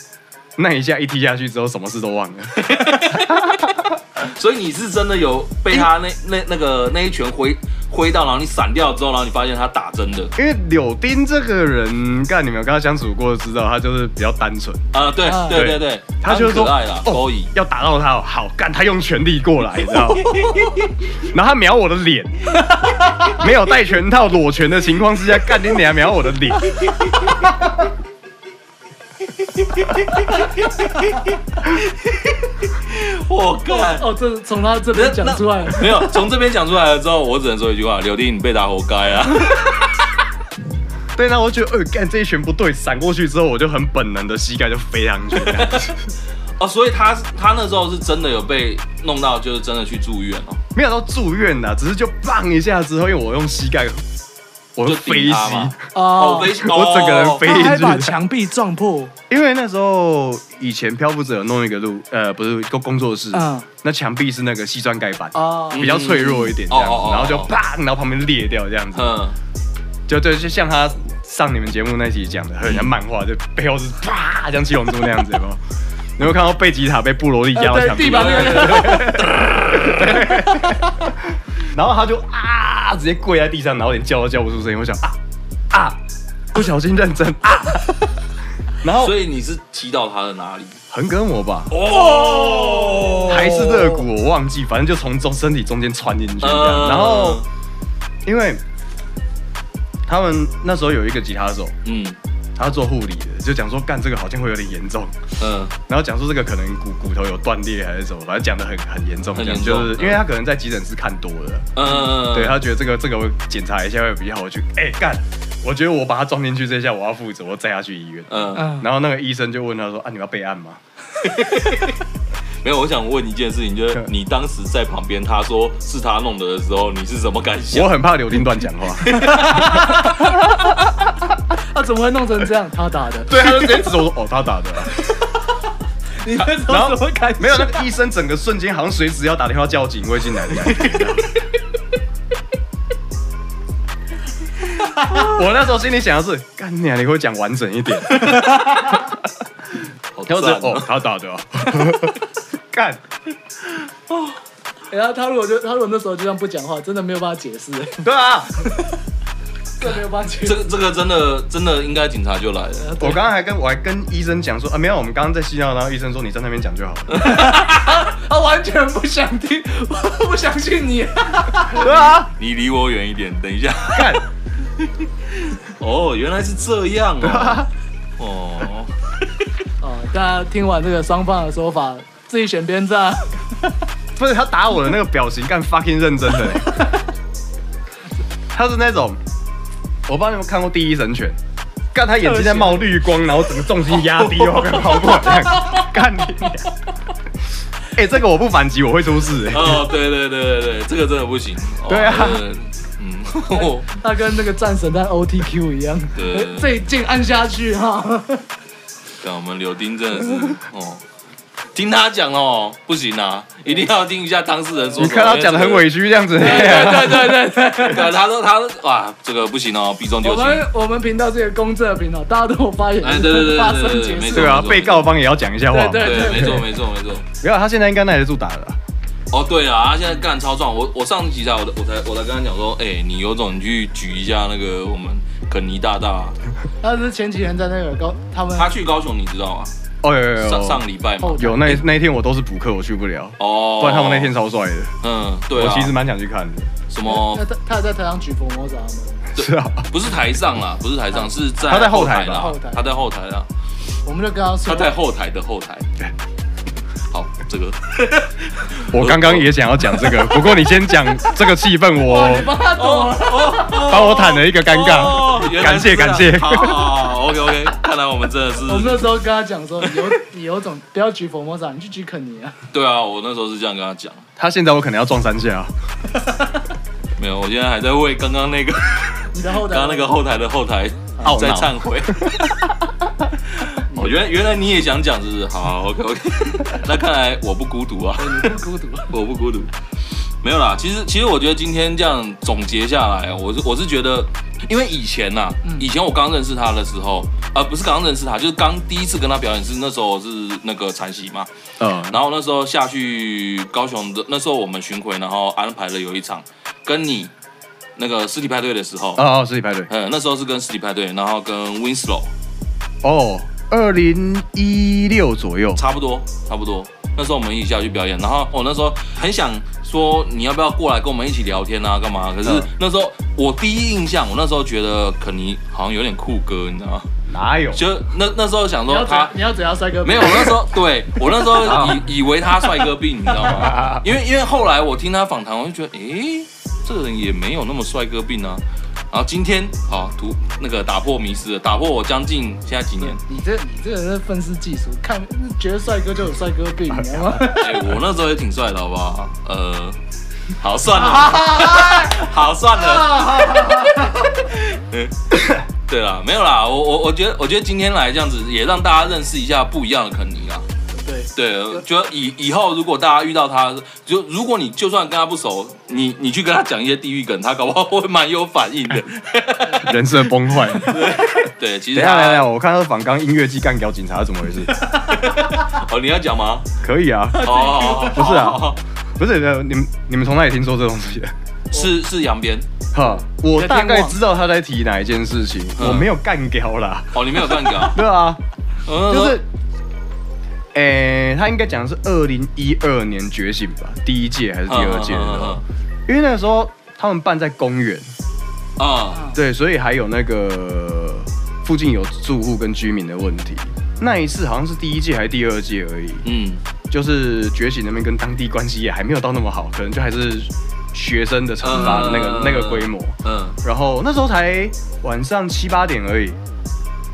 S6: 那一下一踢下去之后，什么事都忘了。
S7: 所以你是真的有被他那、那那个那一拳挥挥到，然后你闪掉之后，然后你发现他打真的。
S6: 因为柳丁这个人，干你们有跟他相处过，知道他就是比较单纯，
S7: 啊，对
S8: 啊
S7: 对对对，
S6: 他就
S7: 很
S6: 是说哦
S7: 可爱啦，勾 引。
S6: 要打到他哦，好干，他用全力过来，你知道吗？ 然后他瞄我的脸，没有戴拳套裸拳的情况之下，干你娘瞄我的 脸，
S7: 我 干，
S8: 哦，这从他这边讲出来，
S7: 没有，从这边讲出来了之后，我只能说一句话：刘弟，你被打活该啊！
S6: 对，那我就觉得，呃，干这一拳不对，闪过去之后，我就很本能的膝盖就飞上去，
S7: 哦，所以他他那时候是真的有被弄到，就是真的去住院哦，
S6: 没有到住院啦，只是就棒一下之后，因为我用膝盖，我
S7: 就
S6: 就
S7: 顶
S6: 飞
S7: 他
S6: 膝，
S7: 嘛。哦，
S8: 哦
S7: 飞，
S6: 我整个人飞
S8: 他还把
S6: 进去。
S8: 墙壁撞破，
S6: 因为那时候以前漂浮者有弄一个路，呃，不是工工作室，
S8: 嗯
S6: 那墙壁是那个细砖盖板，
S8: 哦，
S6: 比较脆弱一点这样子，
S7: 嗯哦哦哦
S6: 然后就
S7: 哦
S6: 啪，然后旁边裂掉这样子，
S7: 嗯，
S6: 就对，就像他上你们节目那集讲的，很像漫画，就背后是啪，像七龙珠那样子， 有没有？你会看到贝吉塔被布罗利压
S7: 呃
S6: 到
S8: 对
S6: 墙
S8: 地
S6: 壁，
S8: 板那个，
S6: 然后他就啊，直接跪在地上，然后连叫都叫不出声音。我想啊啊，不小心认真啊， 然后
S7: 所以你是踢到他的哪里？
S6: 横膈膜吧，
S7: 哦，
S6: 还是肋骨，我忘记，反正就从中身体中间穿进去这样。
S7: 嗯
S6: 然后因为他们那时候有一个吉他手，
S7: 嗯
S6: 他做护理的，就讲说干这个好像会有点严重，
S7: 嗯
S6: 然后讲说这个可能骨骨头有断裂还是什么，反正讲的很很严重，
S7: 很
S6: 这
S7: 严
S6: 样
S7: 重
S6: 就是
S7: 嗯
S6: 因为他可能在急诊室看多了，
S7: 嗯嗯，
S6: 对他觉得这个这个我检查一下会比较好，我去哎干，我觉得我把他撞进去这一下我要负责，我载他去医院。
S7: 嗯，
S8: 嗯，
S6: 然后那个医生就问他说啊你要备案吗？
S7: 没有，我想问一件事情，就是你当时在旁边，他说是他弄的的时候，你是什么感
S6: 我
S7: 想？
S6: 很怕柳丁乱讲话，
S8: 他啊怎么会弄成这样？他打的，
S6: 对，他就直接指着我说 哦他打的啊、
S8: 你那时
S6: 然后
S8: 候怎么感觉？
S6: 没有，那个医生整个瞬间好像随时要打电话叫警卫进来的感 觉。我那时候心里想的是，干你、啊，你会讲完整一 点。
S7: 好
S6: 然后我就
S7: 赞
S6: 哦
S7: 哦，
S6: 他打的、 啊，干，
S8: 然后哎他如果就他如果那时候就这样不讲话，真的没有办法解释，
S6: 对啊，
S8: 更没有办法解
S7: 这
S8: 释。
S7: 个这个真的真的应该警察就来了。
S6: 我刚刚还跟我还跟医生讲说啊，没有，我们刚刚在嬉闹，然后医生说你在那边讲就好了。
S7: 啊
S8: 他完全不想 听，我不相信你。
S6: 对啊，
S7: 你离我远一点，等一下。
S6: 干，
S7: 哦，原来是这样哦。哦，
S8: 哦，大家听完这个双方的说法，自己选边站。
S6: 不是他打我的那个表情，干 fucking 认真的欸。 他是那种，我不知道你们看过《第一神拳》，干他眼睛在冒绿光，然后整个重心压低，然后跟跑过来这 样，干你娘！哎、这个我不反击我会出事、欸。
S7: 哦，对对对对对，这个真的不行。哦
S6: 对啊，
S7: 这个嗯，哦
S8: 他跟那个战神在 OTQ 一样，
S7: 对
S8: 这一键按下去哈。
S7: 干我们柳丁真的是哦。听他讲哦，不行啊，一定要听一下当事人说什么。
S6: 你看他讲的很委屈这样子、
S7: 对
S6: 欸，
S7: 对对对对对，他说他哇，这个不行哦，避重就
S8: 我
S7: 轻。
S8: 们我们频道是一个公正的频道，大家都有发言，
S7: 哎对对对
S8: 发
S7: 对
S8: 声
S7: 对
S8: 解
S7: 没
S8: 释
S7: 错。
S6: 对啊，被告方也要讲一下话嘛。
S8: 对
S7: 对，没 错没错没错。
S6: 没有，他现在应该耐得住打了啦。
S7: 哦，对啊，他现在干超壮。我我上集才我我才我才跟他讲说，哎、你有种你去举一下那个我们肯尼大大，
S6: 嗯
S8: 他是前几天在那个高，他们
S7: 他去高雄，你知道吗？
S6: 哦，有有有
S7: 上上礼拜嘛。
S8: 后
S6: 有那那一天我都是补课，我去不了。
S7: 哦，
S6: 不然他们那天超帅的，
S7: 嗯，对
S6: 我
S7: 啊，
S6: 其实蛮想去看的。
S7: 什么
S8: 那他他有在台上举佛魔掌吗？
S6: 是啊，
S7: 不是台上啦，不是台上，是在
S6: 他在后台
S7: 台
S6: 吧
S7: 啦，
S8: 嗯后台
S7: 他在后台啦，
S8: 我们就跟他
S7: 他，
S8: 说
S7: 在后台的后台。好，这个
S6: 我刚刚也想要讲这个，不过你先讲这个气氛，我
S8: 他懂了，
S6: 帮我坦了一个尴
S7: 哦
S6: 尬，
S7: 原
S6: 感
S7: 来
S6: 谢
S7: 是这样
S6: 感谢。
S7: 好好好，OK OK，看来我们真的是
S8: 我们那时候跟他讲说，你有你有种不要举佛魔掌，你去举肯尼啊。
S7: 对啊，我那时候是这样跟他讲，
S6: 他现在我可能要撞三下，
S7: 没有，我现在还在为刚刚那个。
S8: 你的后台，
S7: 刚刚那个后台的后台
S6: 懊恼
S7: 在忏 悔。哦，原来原来你也想讲，是不是？好好，OK OK。那 看来我不孤独啊，
S8: 你不孤独，
S7: 我不孤独。没有啦，其实其实我觉得今天这样总结下来，我是我是觉得，因为以前呐、以前我刚认识他的时候，啊、不是刚认识他，就是刚第一次跟他表演是那时候是那个禅席嘛，
S6: 嗯，
S7: 然后那时候下去高雄的，那时候我们巡回，然后安排了有一场跟你那个尸体派对的时候，
S6: 哦哦，是你排队
S7: 嗯，那时候是跟实体派对，然后跟 Winslow
S6: 哦，二零一六左右，
S7: 差不多，差不多。那时候我们一起下去表演，然后我、哦那时候很想说你要不要过来跟我们一起聊天啊，干嘛？可是
S6: 嗯
S7: 那时候我第一印象，我那时候觉得肯尼好像有点酷哥，你知道吗？
S6: 哪有？
S7: 就那那时候想
S8: 你
S7: 说
S8: 要
S7: 他
S8: 怎你要怎样帅哥？
S7: 没有，我那时 候对我那时候以以为他帅哥病，你知道吗？因为因为后来我听他访谈，我就觉得，诶，这个人也没有那么帅哥病啊。然后今天好突那个打破迷失了，打破我将近现在几年，
S8: 你这你这个人是愤世嫉俗，看觉得帅哥就有帅哥病，你知道吗？
S7: 哎、我那时候也挺帅的，好不好？呃，好算 了，好算了。 嗯对啦，没有啦，我我我觉得，我觉得今天来这样子，也让大家认识一下不一样的肯尼啊。
S8: 对，
S7: 对，觉得以以后如果大家遇到他，就如果你就算跟他不熟，你你去跟他讲一些地狱梗，他搞不好会蛮有反应 的。
S6: 人设崩坏。
S7: 对，其
S6: 等
S7: 实
S6: 一下，
S7: 他
S6: 来来来，我看到仿刚音乐季干掉警察是怎么回事？
S7: 哦，你要讲吗？
S6: 可以啊，
S7: 哦，
S6: 不是啊
S7: 哦，
S6: 不是呃你们你们从哪里听说这东西的？
S7: 是是扬鞭。
S6: 哈，我
S8: 在
S6: 大
S8: 天
S6: 概
S8: 网
S6: 知道他在提哪一件事情，
S7: 嗯
S6: 我没有干掉啦。
S7: 哦，你没有乱讲，
S6: 对啊，
S7: 嗯
S6: 就是，诶、他应该讲的是二零一二年觉醒吧，第一届还是第二届的时
S7: 嗯
S6: 候，因为那个时候他们办在公园，
S7: 啊，
S6: 对，所以还有那个附近有住户跟居民的问题。那一次好像是第一届还是第二届而已，
S7: 嗯，
S6: 就是觉醒那边跟当地关系也还没有到那么好，可能就还是学生的惩罚的那个、
S7: 嗯
S6: 那个规模。
S7: 嗯，
S6: 然后那时候才晚上七八点而已，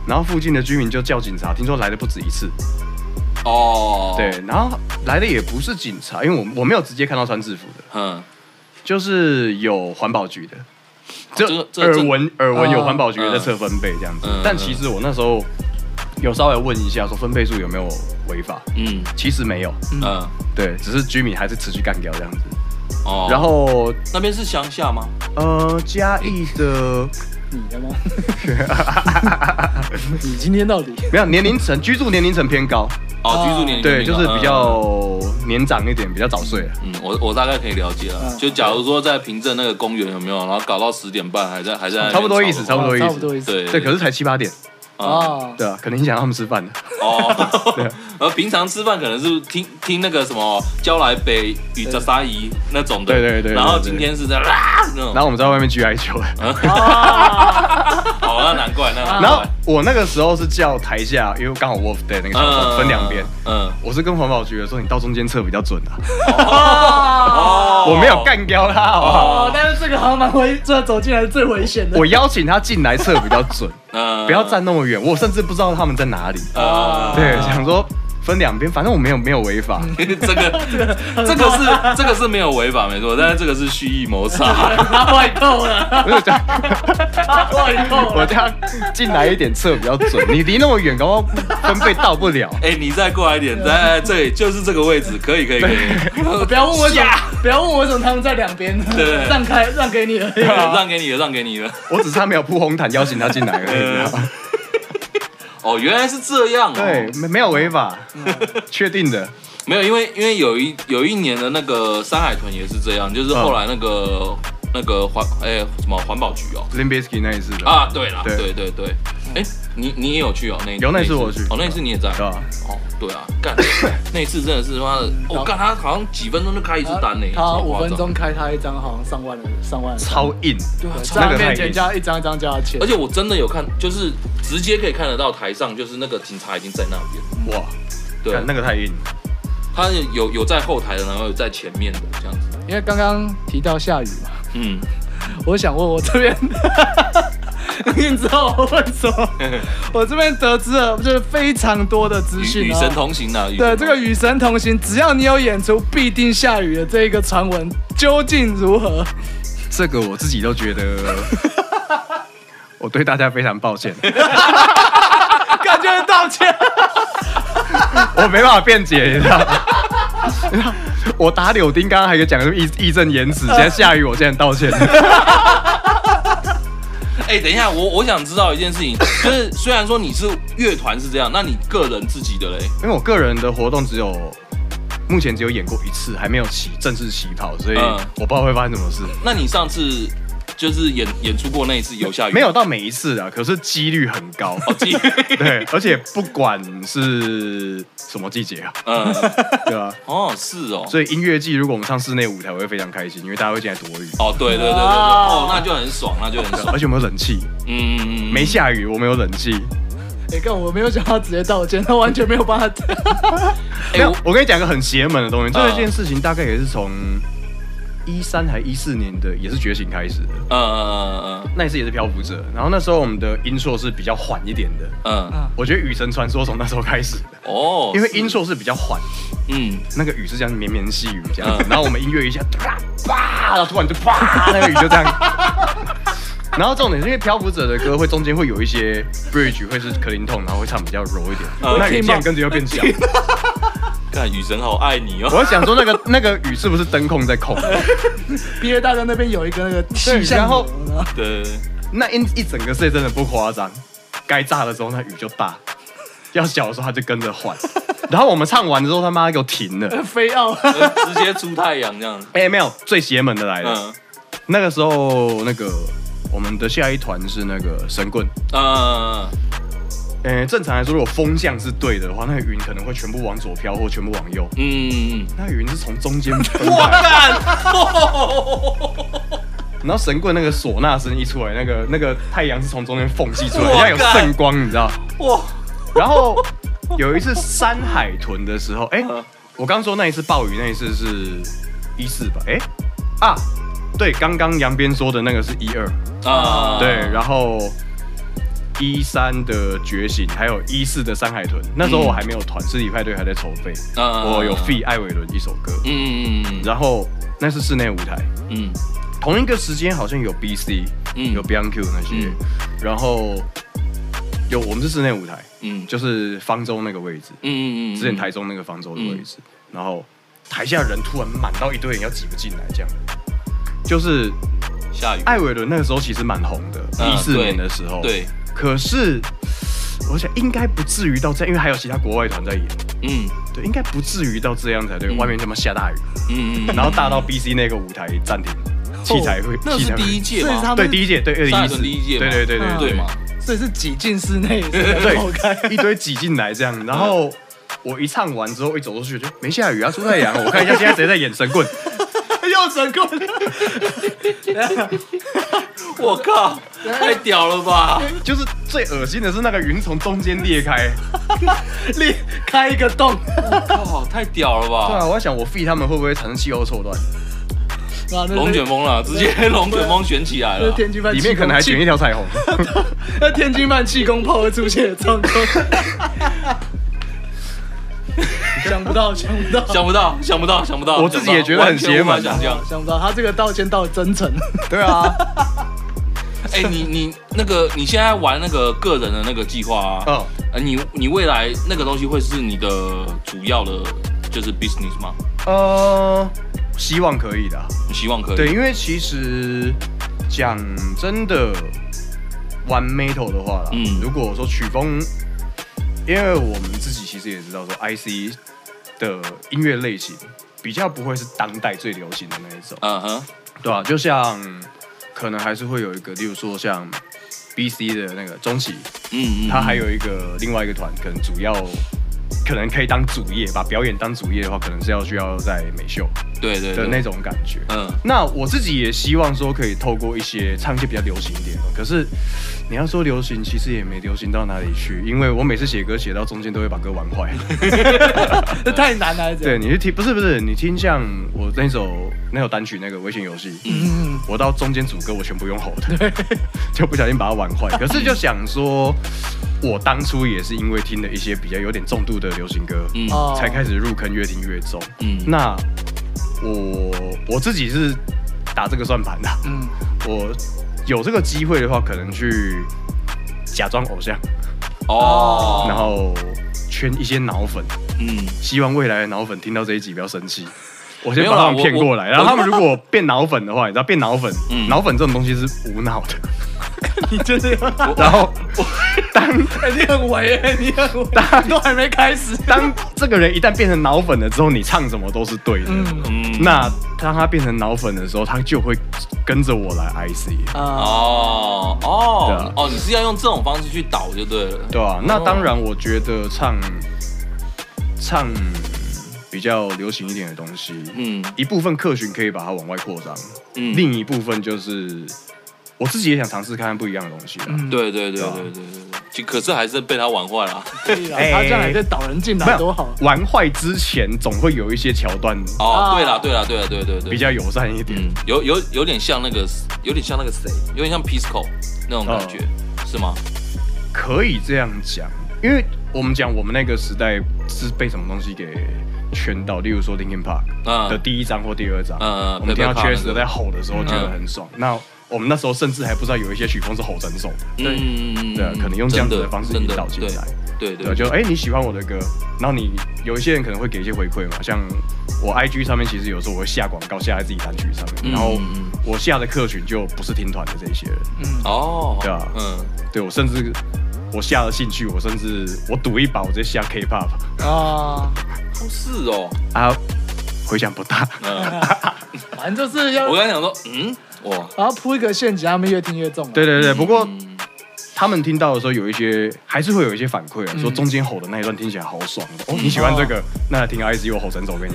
S6: 然后附近的居民就叫警察，听说来的不止一次。
S7: 哦，
S6: 对，，然后来的也不是警察，因为我我没有直接看到穿制服的，
S7: 嗯，
S6: 就是有环保局的，
S7: 哦这个
S6: 就
S7: 这个
S6: 耳闻耳闻有
S8: 啊
S6: 环保局的在
S7: 嗯
S6: 测分贝这样子
S7: 嗯。
S6: 但其实我那时候有稍微问一下，说分贝数有没有违法，
S7: 嗯，
S6: 其实没有，
S7: 嗯，
S6: 对，只是居民还是持续干掉这样子。
S7: 哦，
S6: 然后
S7: 那边是乡下吗？
S6: 呃，嘉义 的
S8: 你的吗？ 你今天到底？
S6: 没有年龄层居住年龄层偏高，
S7: 哦，居住年龄
S6: 呃对，就是比。
S7: 嗯
S6: 较年长一点，比较早睡了。
S7: 嗯，我我大概可以了解了。
S8: 嗯
S7: 就假如说在平镇那个公园有没有，然后搞到十点半还在还在那边
S6: 差不多意思
S7: 吵
S6: 不多意思
S8: 哦差不多意思。
S7: 对
S6: 对，可是才七八点，
S7: 啊
S8: 哦，
S6: 对啊，可能影响到他们吃饭了。 对
S7: 哦，而平常吃饭可能是听听那个什么娇来北与扎沙姨那种的，
S6: 对对对对
S7: 然后今天是在啊啦那种嗯
S6: 然，后我们在外面聚艾灸，
S7: 哦，那难怪那难
S6: 然后
S7: 怪，
S6: 我那个时候是叫台下，因为刚好 Wolf Day 那个时候分两边，
S7: 嗯，
S6: 我是跟环保局的说你到中间测比较准啊，
S7: 哦
S6: 我没有，干掉他，好不好？
S8: 哦，但是这个好像蛮危，这走进来是最危险的。
S6: 我邀请他进来测比较准，
S7: 嗯
S6: 不要站那么远，我甚至不知道他们在哪里。
S7: 啊
S6: 对，想说分两边，反正我没有没有违 法。
S7: 这个 这个是这个是没有违法没错，但是这个是蓄意谋杀。
S8: 他外透了，
S6: 我就讲，
S8: 他外透
S6: 我
S8: 了。
S6: 这样进来一点测比较准，你离那么远，搞不好分贝到不了。
S7: 哎，你再过来一点，在这里就是这个位置，可以可以可以，
S8: 不要问我怎么，不要问我怎么他们在两边
S7: 对，啊
S8: 让开让给你而已。
S6: 啊
S7: 让给你了，让给你了。
S6: 我只差没有铺红毯邀请他进来而已
S7: 嗯
S6: 你知道吗。
S7: 哦，原来是这样哦。
S6: 对，没没有违法，
S7: 嗯
S6: 确定的。
S7: 没有，因为因为有一有一年的那个山海豚也是这样，就是后来那个、
S6: 嗯
S7: 那个环哎、什么环保局哦
S6: l i m b i s k y 那一次的，
S7: 啊，对啦，
S6: 对嗯
S7: 对对对，哎、你你也有去哦那一
S6: 有那
S7: 一
S6: 次我去
S7: 哦那一次你也在
S6: 对吧？
S7: 哦对啊，干 那一次真的是妈的，我、
S6: 啊
S7: 干他好像几分钟就开一次单呢，
S8: 他
S7: 超
S8: 五
S7: 夸张
S8: 分钟开他一张，好像上万的上万的单，
S6: 超硬，
S8: 对在
S6: 那
S8: 他
S6: 个太
S8: 面前
S6: 硬
S8: 这。样一张一张加钱
S7: 而。且我真的有看，就是直接可以看得到台上就是那个警察已经在那边，
S6: 哇，
S7: 对，啊
S6: 干那个太硬。
S7: 他有有在后台的，然后有在前面的这样子，
S8: 因为刚刚提到下雨嘛，
S7: 嗯，
S8: 我想问我这边， 你知道我问 什么？我这边得知了就是非常多的资
S7: 与
S8: 讯
S7: 与
S8: 哦
S7: 神同行啊，与
S8: 对
S7: 神
S8: 这
S7: 同
S8: 个
S7: 行
S8: 与神同行，只要你有演出，必定下雨的这一个传闻究竟如何？
S6: 这个我自己都 觉得，我对大家非常抱歉，
S8: 感觉道歉。
S6: 我没办法辩解，你知道吗？ 我打柳丁，刚刚还有讲义义正言辞，现在下雨，我竟然道歉。
S7: 哎、等一下，我我想知道一件事 情，就是虽然说你是乐团是这样，那你个人自己的嘞？
S6: 因为我个人的活动只有目前只有演过一次，还没有起正式起跑，所以
S7: 嗯
S6: 我不知道会发生什么事。
S7: 那你上次就是演演出过那一次有下雨？
S6: 没有到每一次啊，可是几率很高。
S7: 记，
S6: 对，而且不管是什么季节啊，
S7: 嗯，
S6: 对啊吧、
S7: 哦，是哦，
S6: 所以音乐季如果我们上室内舞台，我会非常开心，因为大家会进来躲雨。
S7: 哦，对对对对对，哦，那就很爽，那就很爽，
S6: 而且我们有冷气，
S7: 嗯嗯嗯，
S6: 哦没下雨，我们有冷气。
S8: 哎、看我没有想到直接道歉，他完全没有帮他。
S7: 哎、
S6: 没有
S7: 我，嗯
S6: 我跟你讲个很邪门的东西，这件事情大概也是从一三还一四年的，也是觉醒开始的。
S7: 嗯嗯
S6: 那一次也是漂浮者，然后那时候我们的音硕是比较缓一点的，
S7: 嗯嗯，
S6: 我觉得《雨神传说》从那时候开始的，
S7: 哦，
S6: 因为音硕是比较缓，
S7: 嗯，
S6: 那个雨是这样绵绵细雨这样子
S7: 嗯，
S6: 然后我们音乐一下啪啪，然后突然就啪，那个雨就 这样。然后重点是因为漂浮者的歌会中间会有一些 bridge 会是克林痛，然后会唱比较柔一点，
S7: 嗯
S6: 那雨竟然跟着又变小。
S7: 看雨神好爱你 哦，
S6: 我想说那个那个雨是不是灯控在 控？
S8: 毕业大家那边有一个那个
S6: 对
S8: 气象
S6: 然后
S8: 图呢
S7: 对，
S6: 那一一整个 set 真的不夸张，该炸的时候那雨就大，要小的时候它就跟着缓。然后我们唱完之后，他妈给我停
S7: 嗯
S6: 了。
S8: 非奥，
S7: 呃直接出太阳这样，
S6: 哎、没有，最邪门的来了。
S7: 嗯
S6: 那个时候，那个我们的下一团是那个神棍。
S7: 嗯
S6: 呃、正常来说，如果风向是对的话，那个云可能会全部往左飘或全部往右。
S7: 嗯，
S6: 那云是从 中间分
S7: 我
S6: 开，
S7: 干。
S6: 然后神棍那个唢呐声一出来，那个那个太阳是从中间缝隙出来，
S7: 哇
S6: 像有
S7: 干
S6: 圣光，你知道？
S7: 哇，
S6: 然后有一次山海豚的时候，哎、我刚说那一次暴雨，那一次是一四吧？哎、啊，对，刚刚杨边说的那个是一二，
S7: 啊，
S6: 对，然后一三的觉醒，还有一四的山海豚。那时候我
S7: 嗯
S6: 还没有团，尸体派对还在筹备，
S7: 啊
S6: 我有 f e 艾伟伦一首歌，
S7: 嗯嗯
S6: 然后那是室内舞台，
S7: 嗯
S6: 同一个时间好像有 BC，
S7: 嗯
S6: 有 Bianco 那些
S7: 嗯，
S6: 然后有我们是室内舞台，
S7: 嗯，就
S6: 就是方舟那个位置。
S7: 嗯嗯嗯，嗯
S6: 之前台中那个方舟的位置，然后台下人突然满到一堆人要挤不进来，这样。就是
S7: 下雨，
S6: 艾伟伦那个时候其实蛮红的，
S7: 嗯
S6: 一四
S7: 对
S6: 年的时候，
S7: 对，
S6: 可是我想应该不至于到这样，因为还有其他国外团在演，
S7: 嗯
S6: 对，应该不至于到这样才对。
S7: 嗯
S6: 外面这么下大雨，
S7: 嗯嗯，
S6: 然后大到 BC 那个舞台暂停，器材会，
S7: 那
S6: 器
S7: 是
S6: 材
S7: 第
S6: 会
S7: 一。届
S8: 所以是
S7: 吗？
S8: 他
S6: 对
S8: 们
S6: 哦第一届，对二
S7: 上一
S6: 零一
S7: 轮
S6: 四，
S7: 第一届
S6: 对
S7: 嘛嗯
S6: 对对对
S7: 对嘛？
S8: 所以是挤进室内，
S6: 对
S8: 走开。
S6: 一堆挤进来这样，然后我一唱完之后，一走出去就没下雨啊，出太 阳。我看一下 现在谁在演神棍，
S8: 又神棍，
S7: 我靠，太屌了吧！
S6: 就是最恶心的是那个云从中间裂开。
S8: 裂开一个洞，
S7: 靠，太屌了
S6: 对
S7: 吧！
S6: 啊，我在想我 feed 他们会不会产生气候错乱？
S7: 龙卷风了，直接龙卷风卷起来
S8: 这
S7: 了
S8: 呃是。天津饭
S6: 里面可能还卷一条彩虹。
S8: 那呃天津饭气功炮会出现的状况， 想不到，想不到，
S7: 想不到，想不到，想不到！
S6: 我自己也觉得很邪门啊
S7: 完全无法想象。
S8: 想不到，他这个道歉道得真诚，
S6: 对 啊，
S7: 哎、你你那个你现在玩那个个人的那个计划啊，
S6: 嗯，
S7: 呃，你你未来那个东西会是你的主要的，就是 business 吗？
S6: 呃，希望可以的啊。
S7: 你希望可以？
S6: 对，因为其实讲真的，玩 metal 的话啦，
S7: 嗯
S6: 如果说曲风，因为我们自己其实也知道说 IC 的音乐类型比较不会是当代最流行的那一种，
S7: 嗯哼，
S6: 对啊，就像可能还是会有一个，例如说像 BC 的那个中期，
S7: 嗯嗯，
S6: 它还有一个另外一个团，可能主要可能可以当主业，把表演当主业的话，可能是要需要在美秀
S7: 对对
S6: 的
S7: 对，
S6: 那种感觉。
S7: 嗯，
S6: 那我自己也希望说可以透过一些唱一些比较流行一点的，可是你要说流行，其实也没流行到哪里去，因为我每次写歌写到中间都会把歌玩坏。
S8: 这太难了，这
S6: 对，你去听，不是不是，你听像我那首那首单曲那个《危险游戏》，嗯，我到中间主歌我全部用吼的， 就不小心把它玩坏。可是就想说，我当初也是因为听了一些比较有点重度的流行歌，
S7: 嗯
S8: 哦
S6: 才开始入坑，越听越重。
S7: 嗯
S6: 那我我自己是打这个算盘的，
S8: 嗯，
S6: 我有这个机会的话，可能去假装偶像，
S7: 哦，
S6: 然后圈一些脑粉，
S7: 嗯，
S6: 希望未来的脑粉听到这一集不要生气。我
S7: 没
S6: 先
S7: 有
S6: 把
S7: 啦
S6: 他们骗
S7: 我
S6: 过来，
S7: 我
S6: 然后他们如果变脑粉的话，你知道变脑粉
S7: 嗯，
S6: 脑粉这种东西是无脑 的。
S8: 你就是，
S6: 然后
S8: 哎你很伪，你很伪， 都还没开始，
S6: 当这个人一旦变成脑粉了之后，你唱什么都是对的。
S7: 嗯
S6: 那当他变成脑粉的时候，他就会跟着我来 IC，
S8: 啊，
S7: 哦
S6: 对
S7: 哦
S6: 啊
S7: 哦，你是要用这种方式去导就对了。
S6: 对啊，那当然，我觉得唱唱比较流行一点的东西，
S7: 嗯
S6: 一部分客群可以把它往外扩张，
S7: 嗯，
S6: 另一部分就是我自己也想尝试看看不一样的东西啦。
S7: 对对对对对对对，就可是还是被他玩坏了。
S8: 对啦他这样还可以导人进
S6: 没
S8: 来，
S6: 有
S8: 多好，
S6: 玩坏之前总会有一些桥段
S7: 哦，
S8: 啊
S7: 对了对了对了对对对，
S6: 比较友善一点。
S7: 嗯，有有有点像那个，有点像那个谁，有点像 Pisco 那种感觉，
S6: 哦
S7: 是吗？
S6: 可以这样讲，因为我们讲我们那个时代是被什么东西给圈到，例如说 Linkin Park
S7: 嗯
S6: 的第一章或第二章，
S7: 嗯嗯
S6: 我们听到
S7: Paper Cup 那
S6: Chester
S7: 个
S6: 在吼的时候觉得很
S7: 嗯
S6: 爽。那我们那时候甚至还不知道有一些曲风是吼整首的，
S7: 对嗯
S6: 对啊，可能用这样子的方式
S7: 真
S6: 引
S7: 的
S6: 导进来。
S7: 对对
S6: 对，就哎、你喜欢我的歌，然后你有一些人可能会给一些回馈嘛，像我 IG 上面其实有时候我会下广告下在自己单曲上面，然后
S7: 嗯嗯
S6: 我下的客群就不是听团的这些人，
S7: 哦，
S6: 对啊
S7: 嗯，
S6: 对我甚至我下了兴趣，我甚至我赌一把，我直接下 K-pop
S8: 啊，
S7: 哦是哦，
S6: 啊，回响不大。
S7: 嗯，
S8: 反正就是要
S7: 我，刚才想说，嗯，哇，
S8: 然后铺一个陷阱，他们越听越 重，啊
S6: 对，对对，不过
S7: 嗯
S6: 他们听到的时候有一些还是会有一些反馈啊，说中间吼的那一段听起来好爽的哦，你喜欢这个，那听 IC 我吼整首给 你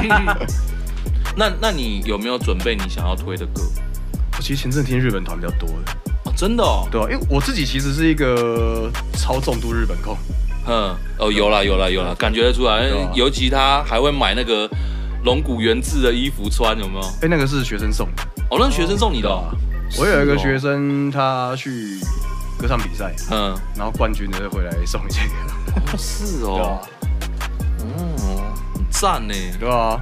S6: 听。
S7: 嗯 那那你有没有准备你想要推的歌？
S6: 我其实前阵子听日本团比较多的，
S7: 哦，真的哦，
S6: 对啊，因为我自己其实是一个超重度日本控，
S7: 嗯，哦，有啦有啦有啦，感觉得出来
S6: 对啊，
S7: 尤其他还会买那个龙骨原制的衣服穿，有没有？
S6: 哎，那个是学生送的。
S7: 哦，那是学生送你的哦，
S6: 我有一个
S7: 是哦
S6: 学生，他去歌唱比赛，
S7: 嗯，
S6: 然后冠军的回来送一些给我，
S7: 是
S6: 对
S7: 哦
S6: 啊，，
S8: 嗯
S7: 哦，很赞呢，
S6: 对啊，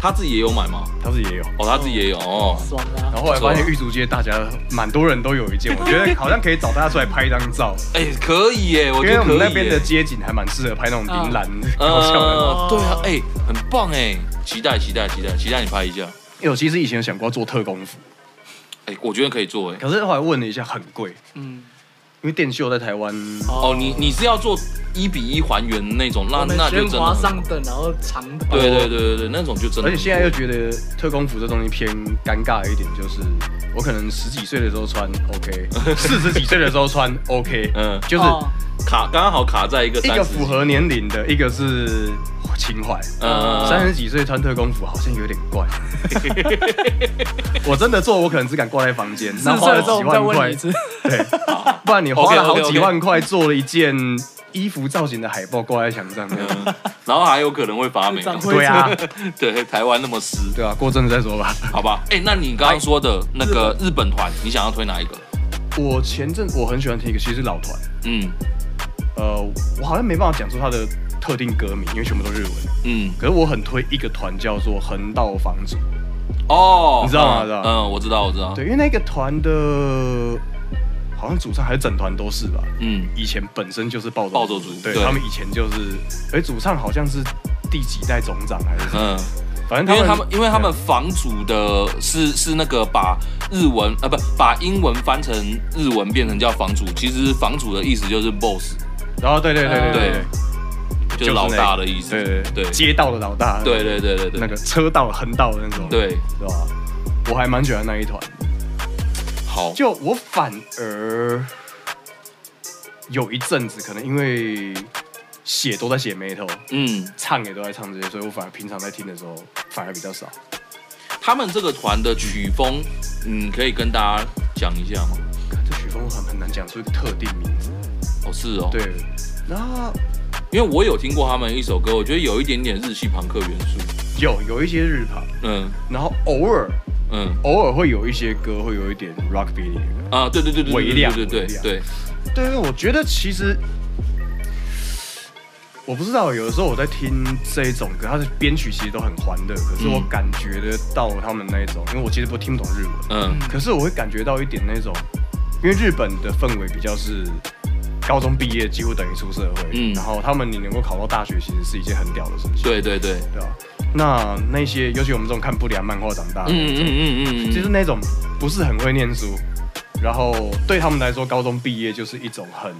S7: 他自己也有买吗？
S6: 他自己也有。
S7: 哦，他自己也有
S6: 嗯
S7: 哦，
S8: 爽
S6: 然
S8: 啊，
S6: 后后来发现玉竹街大家蛮多人都有一件，我觉得好像可以找大家出来拍一张照，
S7: 哎，可以耶，我
S6: 因
S7: 觉
S6: 为
S7: 得
S6: 我
S7: 可
S6: 们
S7: 以耶。
S6: 那边的街景还蛮适合拍那种
S7: 嗯
S6: 铃兰搞笑的。
S7: 呃，对啊，哎、很棒哎、期待期待期待期待你拍一下，
S6: 因为我其实以前有想过要做特工服，
S7: 哎、我觉得可以做哎、
S6: 可是后来问了一下很贵，
S8: 嗯，
S6: 因为电秀在台湾
S7: 哦，你你是要做一比一还原那种，那
S8: 我们
S7: 那就
S8: 先
S7: 真的
S8: 滑
S7: 很
S8: 上等，然后长的，
S7: 对对对对对，那种就真的很贵。
S6: 哦而且现在又觉得特工服这东西偏尴尬一点，就是我可能十几岁的时候穿 OK，四十几岁的时候穿 OK，
S7: 嗯
S6: 就是
S8: 哦
S7: 卡刚好卡在一个
S6: 一
S7: 三
S6: 个
S7: 十
S6: 符合年龄的，一个是情怀。
S7: 嗯
S8: 啊
S6: 三十几岁穿特工服好像有点怪。我真的做，我可能只敢挂在房间，
S8: 四
S6: 那
S8: 十
S6: 花
S8: 岁
S6: 了
S8: 的时候我
S6: 几
S8: 们再
S6: 万
S8: 问
S6: 块
S8: 你一，次，
S6: 对，不然你花
S7: OK，OK，OK
S6: 了好几万块做了一件衣服造型的海报挂在墙上，
S7: 嗯然后还有可能会发霉。哦
S8: 长灰
S6: 对啊，
S7: 对，台湾那么湿，
S6: 对啊，过阵子再说吧。
S7: 好吧？哎、那你刚刚说的那个日本团，你想要推哪一个？
S6: 我前阵我很喜欢听一个，其实是老团，
S7: 嗯
S6: 呃，我好像没办法讲出它的特定歌名，因为全部都日文。
S7: 嗯，
S6: 可是我很推一个团叫做横道房子，
S7: 哦，
S6: 你知道吗
S7: 嗯
S6: 知道
S7: 嗯，我知道，我知道。
S6: 对，因为那个团的，好像主唱还是整团都是吧。
S7: 嗯，
S6: 以前本身就是暴走
S7: 暴走族
S6: 对
S7: 对
S6: 他们以前就是，哎，主唱好像是第几代总长 还是什么，
S7: 嗯，
S6: 反
S7: 因
S6: 正
S7: 为他
S6: 他
S7: 们
S6: 们
S7: 因为他们房主的是是那个把日文啊不把英文翻成日文变成叫房主，其实房主的意思就是 boss，
S6: 然后对对对对对
S7: 对就
S6: 就是是
S7: 老
S6: 那个
S7: 大的意思。
S6: 对对对
S7: 对
S6: 街道的老大，
S7: 对对对对对，
S6: 那个车道横道的那种，
S7: 对
S6: 对吧？我还蛮喜欢那一团，
S7: 好
S6: 就我反而有一阵子可能因为写都在写 metal，
S7: 嗯，
S6: 唱也都在唱这些，所以我反而平常在听的时候反而比较少。
S7: 他们这个团的曲风，嗯，可以跟大家讲一下吗？
S6: 看这曲风很很难讲出一个特定名字。
S7: 哦，是哦，，
S6: 对，那
S7: 因为我有听过他们一首歌，我觉得有一点点日系朋克元素，
S6: 有有一些日跑，
S7: 嗯
S6: 然后偶尔
S7: 嗯
S6: 偶尔会有一些歌会有一点 rock beat 的歌。
S7: 啊，对对对对
S6: 微
S7: 对
S6: 量
S7: 对对
S6: 微
S7: 对
S6: 量
S7: 对，
S6: 对对，我觉得其实我不知道，有的时候我在听这一种歌，它的编曲其实都很欢乐，可是我
S7: 嗯
S6: 感觉得到他们那一种，因为我其实不听不懂日文，
S7: 嗯
S6: 可是我会感觉到一点那种，因为日本的氛围比较是高中毕业几乎等于出社会，
S7: 嗯
S6: 然后他们你能够考到大学，其实是一件很屌的事情，
S7: 对对对，
S6: 对吧？那那些尤其我们这种看不良漫画长大的，
S7: 嗯嗯嗯嗯
S6: 就是
S7: 嗯，
S6: 那种不是很会念书，然后对他们来说，高中毕业就是一种很，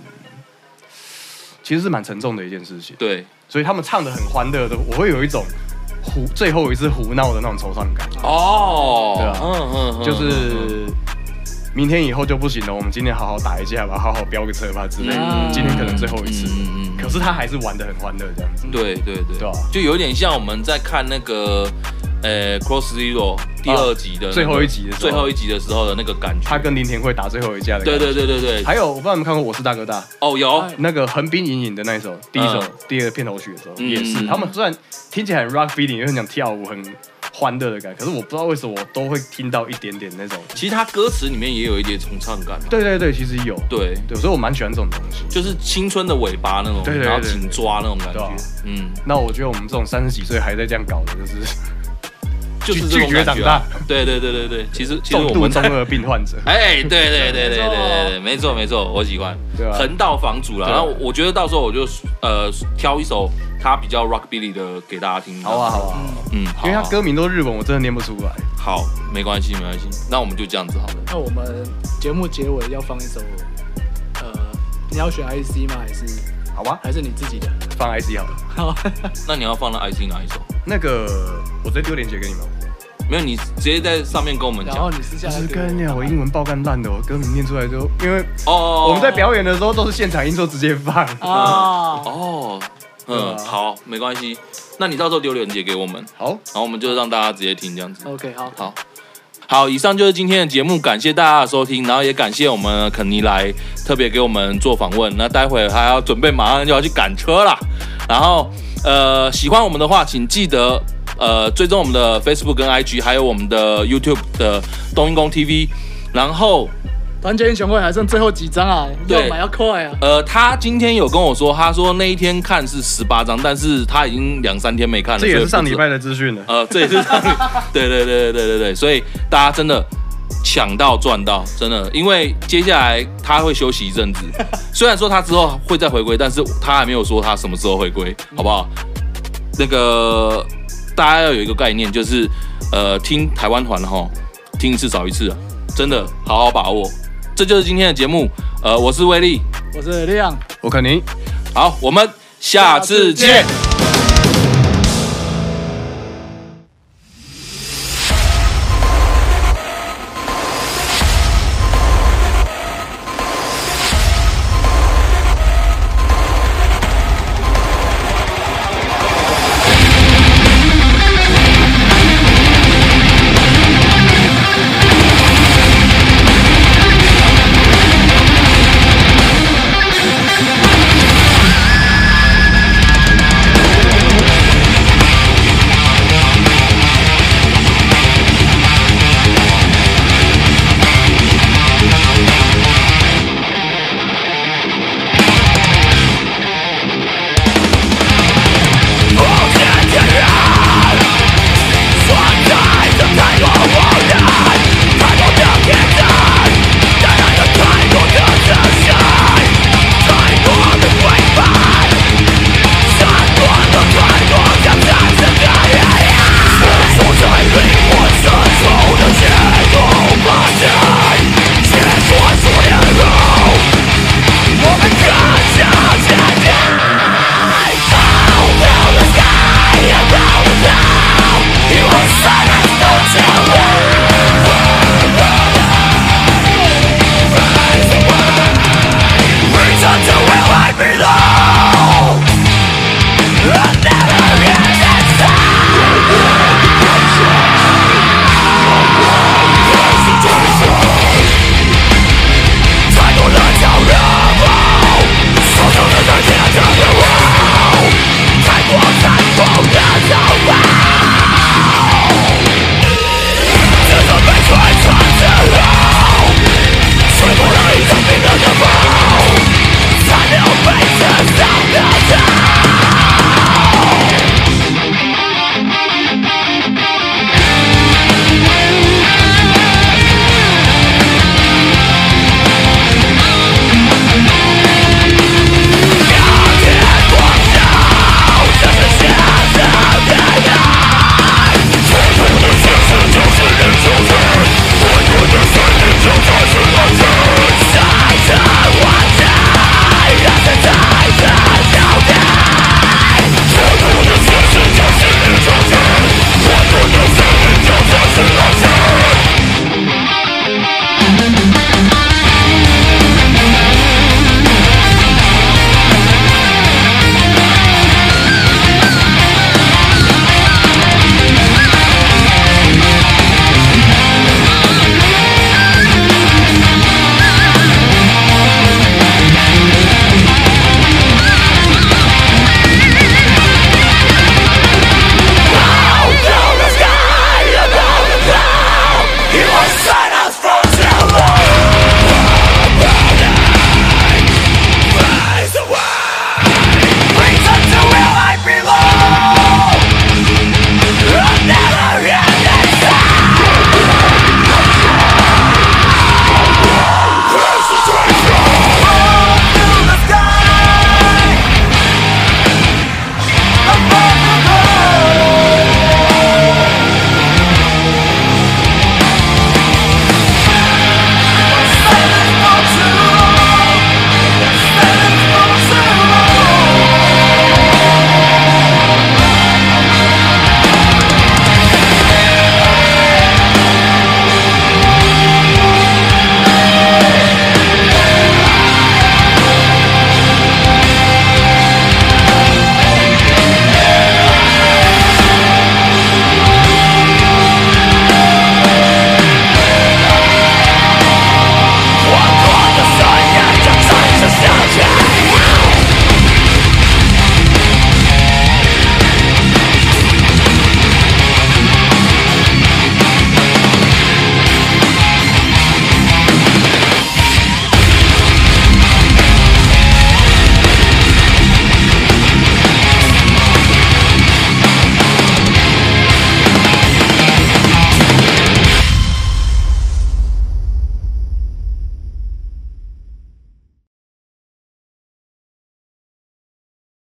S6: 其实是蛮沉重的一件事情。
S7: 对，
S6: 所以他们唱的很欢乐的，我会有一种胡最后一次胡闹的那种惆怅感，
S7: 哦，
S6: 对啊
S7: 嗯嗯嗯，
S6: 就是。明天以后就不行了，我们今天好好打一架吧，好好飙个车吧之类的。
S7: 嗯
S6: 今天可能最后一次，
S7: 嗯嗯嗯
S6: 可是他还是玩的很欢乐这样子。
S7: 对对对，
S6: 对啊
S7: 就有点像我们在看那个。呃，Cross Zero 第二集的那个、
S6: 啊最后一集的时候
S7: 嗯最后一集的时候的那个感觉，
S6: 他跟林田会打最后一架的。
S7: 对对。对对对，
S6: 还有，我不知道你们看过《我是大哥大》，
S7: 哦有，
S6: 那个横滨隐隐的那一首第一首、第二个片头曲的时候，
S7: 嗯
S6: 也是
S7: 嗯
S6: 他们虽然听起来很 rock feeling，也很想跳舞，很欢乐的感觉，可是我不知道为什么我都会听到一点点那种。
S7: 其实它歌词里面也有一点重唱感、啊，
S6: 对对对，其实有，
S7: 对，
S6: 对，所以我蛮喜欢这种东西。
S7: 就是青春的尾巴那种，
S6: 对对对
S7: 然后紧抓那种感
S6: 对啊
S7: 觉，嗯，
S6: 那我觉得我们这种三十几岁还在这样搞的，就是
S7: 就是
S6: 拒
S7: 这种
S6: 拒绝
S7: 感觉、
S6: 长
S7: 啊
S6: 大，
S7: 对对对对对，其实其实
S6: 重
S7: 我
S6: 度
S7: 们。
S6: 中二病患者
S7: 哎，对对对对对
S8: 没错
S7: 对对，没错没错，我喜欢
S6: 对啊
S7: 横道房主了。
S6: 对啊
S7: 然后我我觉得到时候我就呃挑一首他比较 rockabilly 的给大家听。
S6: 好啊，好啊，
S7: 嗯，好啊
S6: 因为他歌名都是日文，我真的念不出来。
S7: 好，没关系没关系，那我们就这样子好了。
S8: 那我们节目结尾要放一首，呃，你要选 IC 吗？还是
S6: 好
S7: 啊
S6: 吧，
S8: 还是你自己的？
S6: 放 IC 好了。
S8: 好，
S7: 那你要放的 IC 哪一首？
S6: 那个，我直接丢链接给你们。
S7: 没有，你直接在上面跟我们
S8: 然
S7: 讲
S8: 后。你私下
S6: 我
S8: 来
S6: 是
S8: 给我
S6: 跟你讲，我英文爆干烂的，我歌名念出来就因为
S7: 啊哦，
S6: 我们在表演的时候都是现场音，就直接放。
S8: 啊，
S7: 哦，
S6: 对
S7: 嗯，
S6: 啊
S7: 好，没关系。那你到时候留链接给我们，
S6: 好，
S7: 然后我们就让大家直接听这样子。
S8: 哦 OK，好，
S7: 好，好，以上就是今天的节目，感谢大家的收听，然后也感谢我们肯尼来特别给我们做访问。那待会还要准备，马上就要去赶车啦。然后，呃，喜欢我们的话，请记得呃追踪我们的 Facebook 跟 IG，还有我们的 YouTube 的冬阴功 TV。然后，
S8: 团结英雄会还剩最后几张啊，
S7: 对
S8: 要买要快啊，
S7: 呃，他今天有跟我说，他说那一天看是十八张，但是他已经两三天没看了，
S6: 这也
S7: 所以
S6: 是
S7: 不
S6: 上
S7: 知
S6: 礼拜的资讯了。
S7: 呃，这也是让你对对对对对对对，所以大家真的抢到赚到，真的，因为接下来他会休息一阵子，虽然说他之后会再回归，但是他还没有说他什么时候回归，好不好？那个大家要有一个概念，就是呃，听台湾团哈，听一次少一次啊，真的好好把握。这就是今天的节目，呃，我是威力，
S8: 我是亮。
S6: 我肯定。
S7: 好，我们下次见。
S8: 下次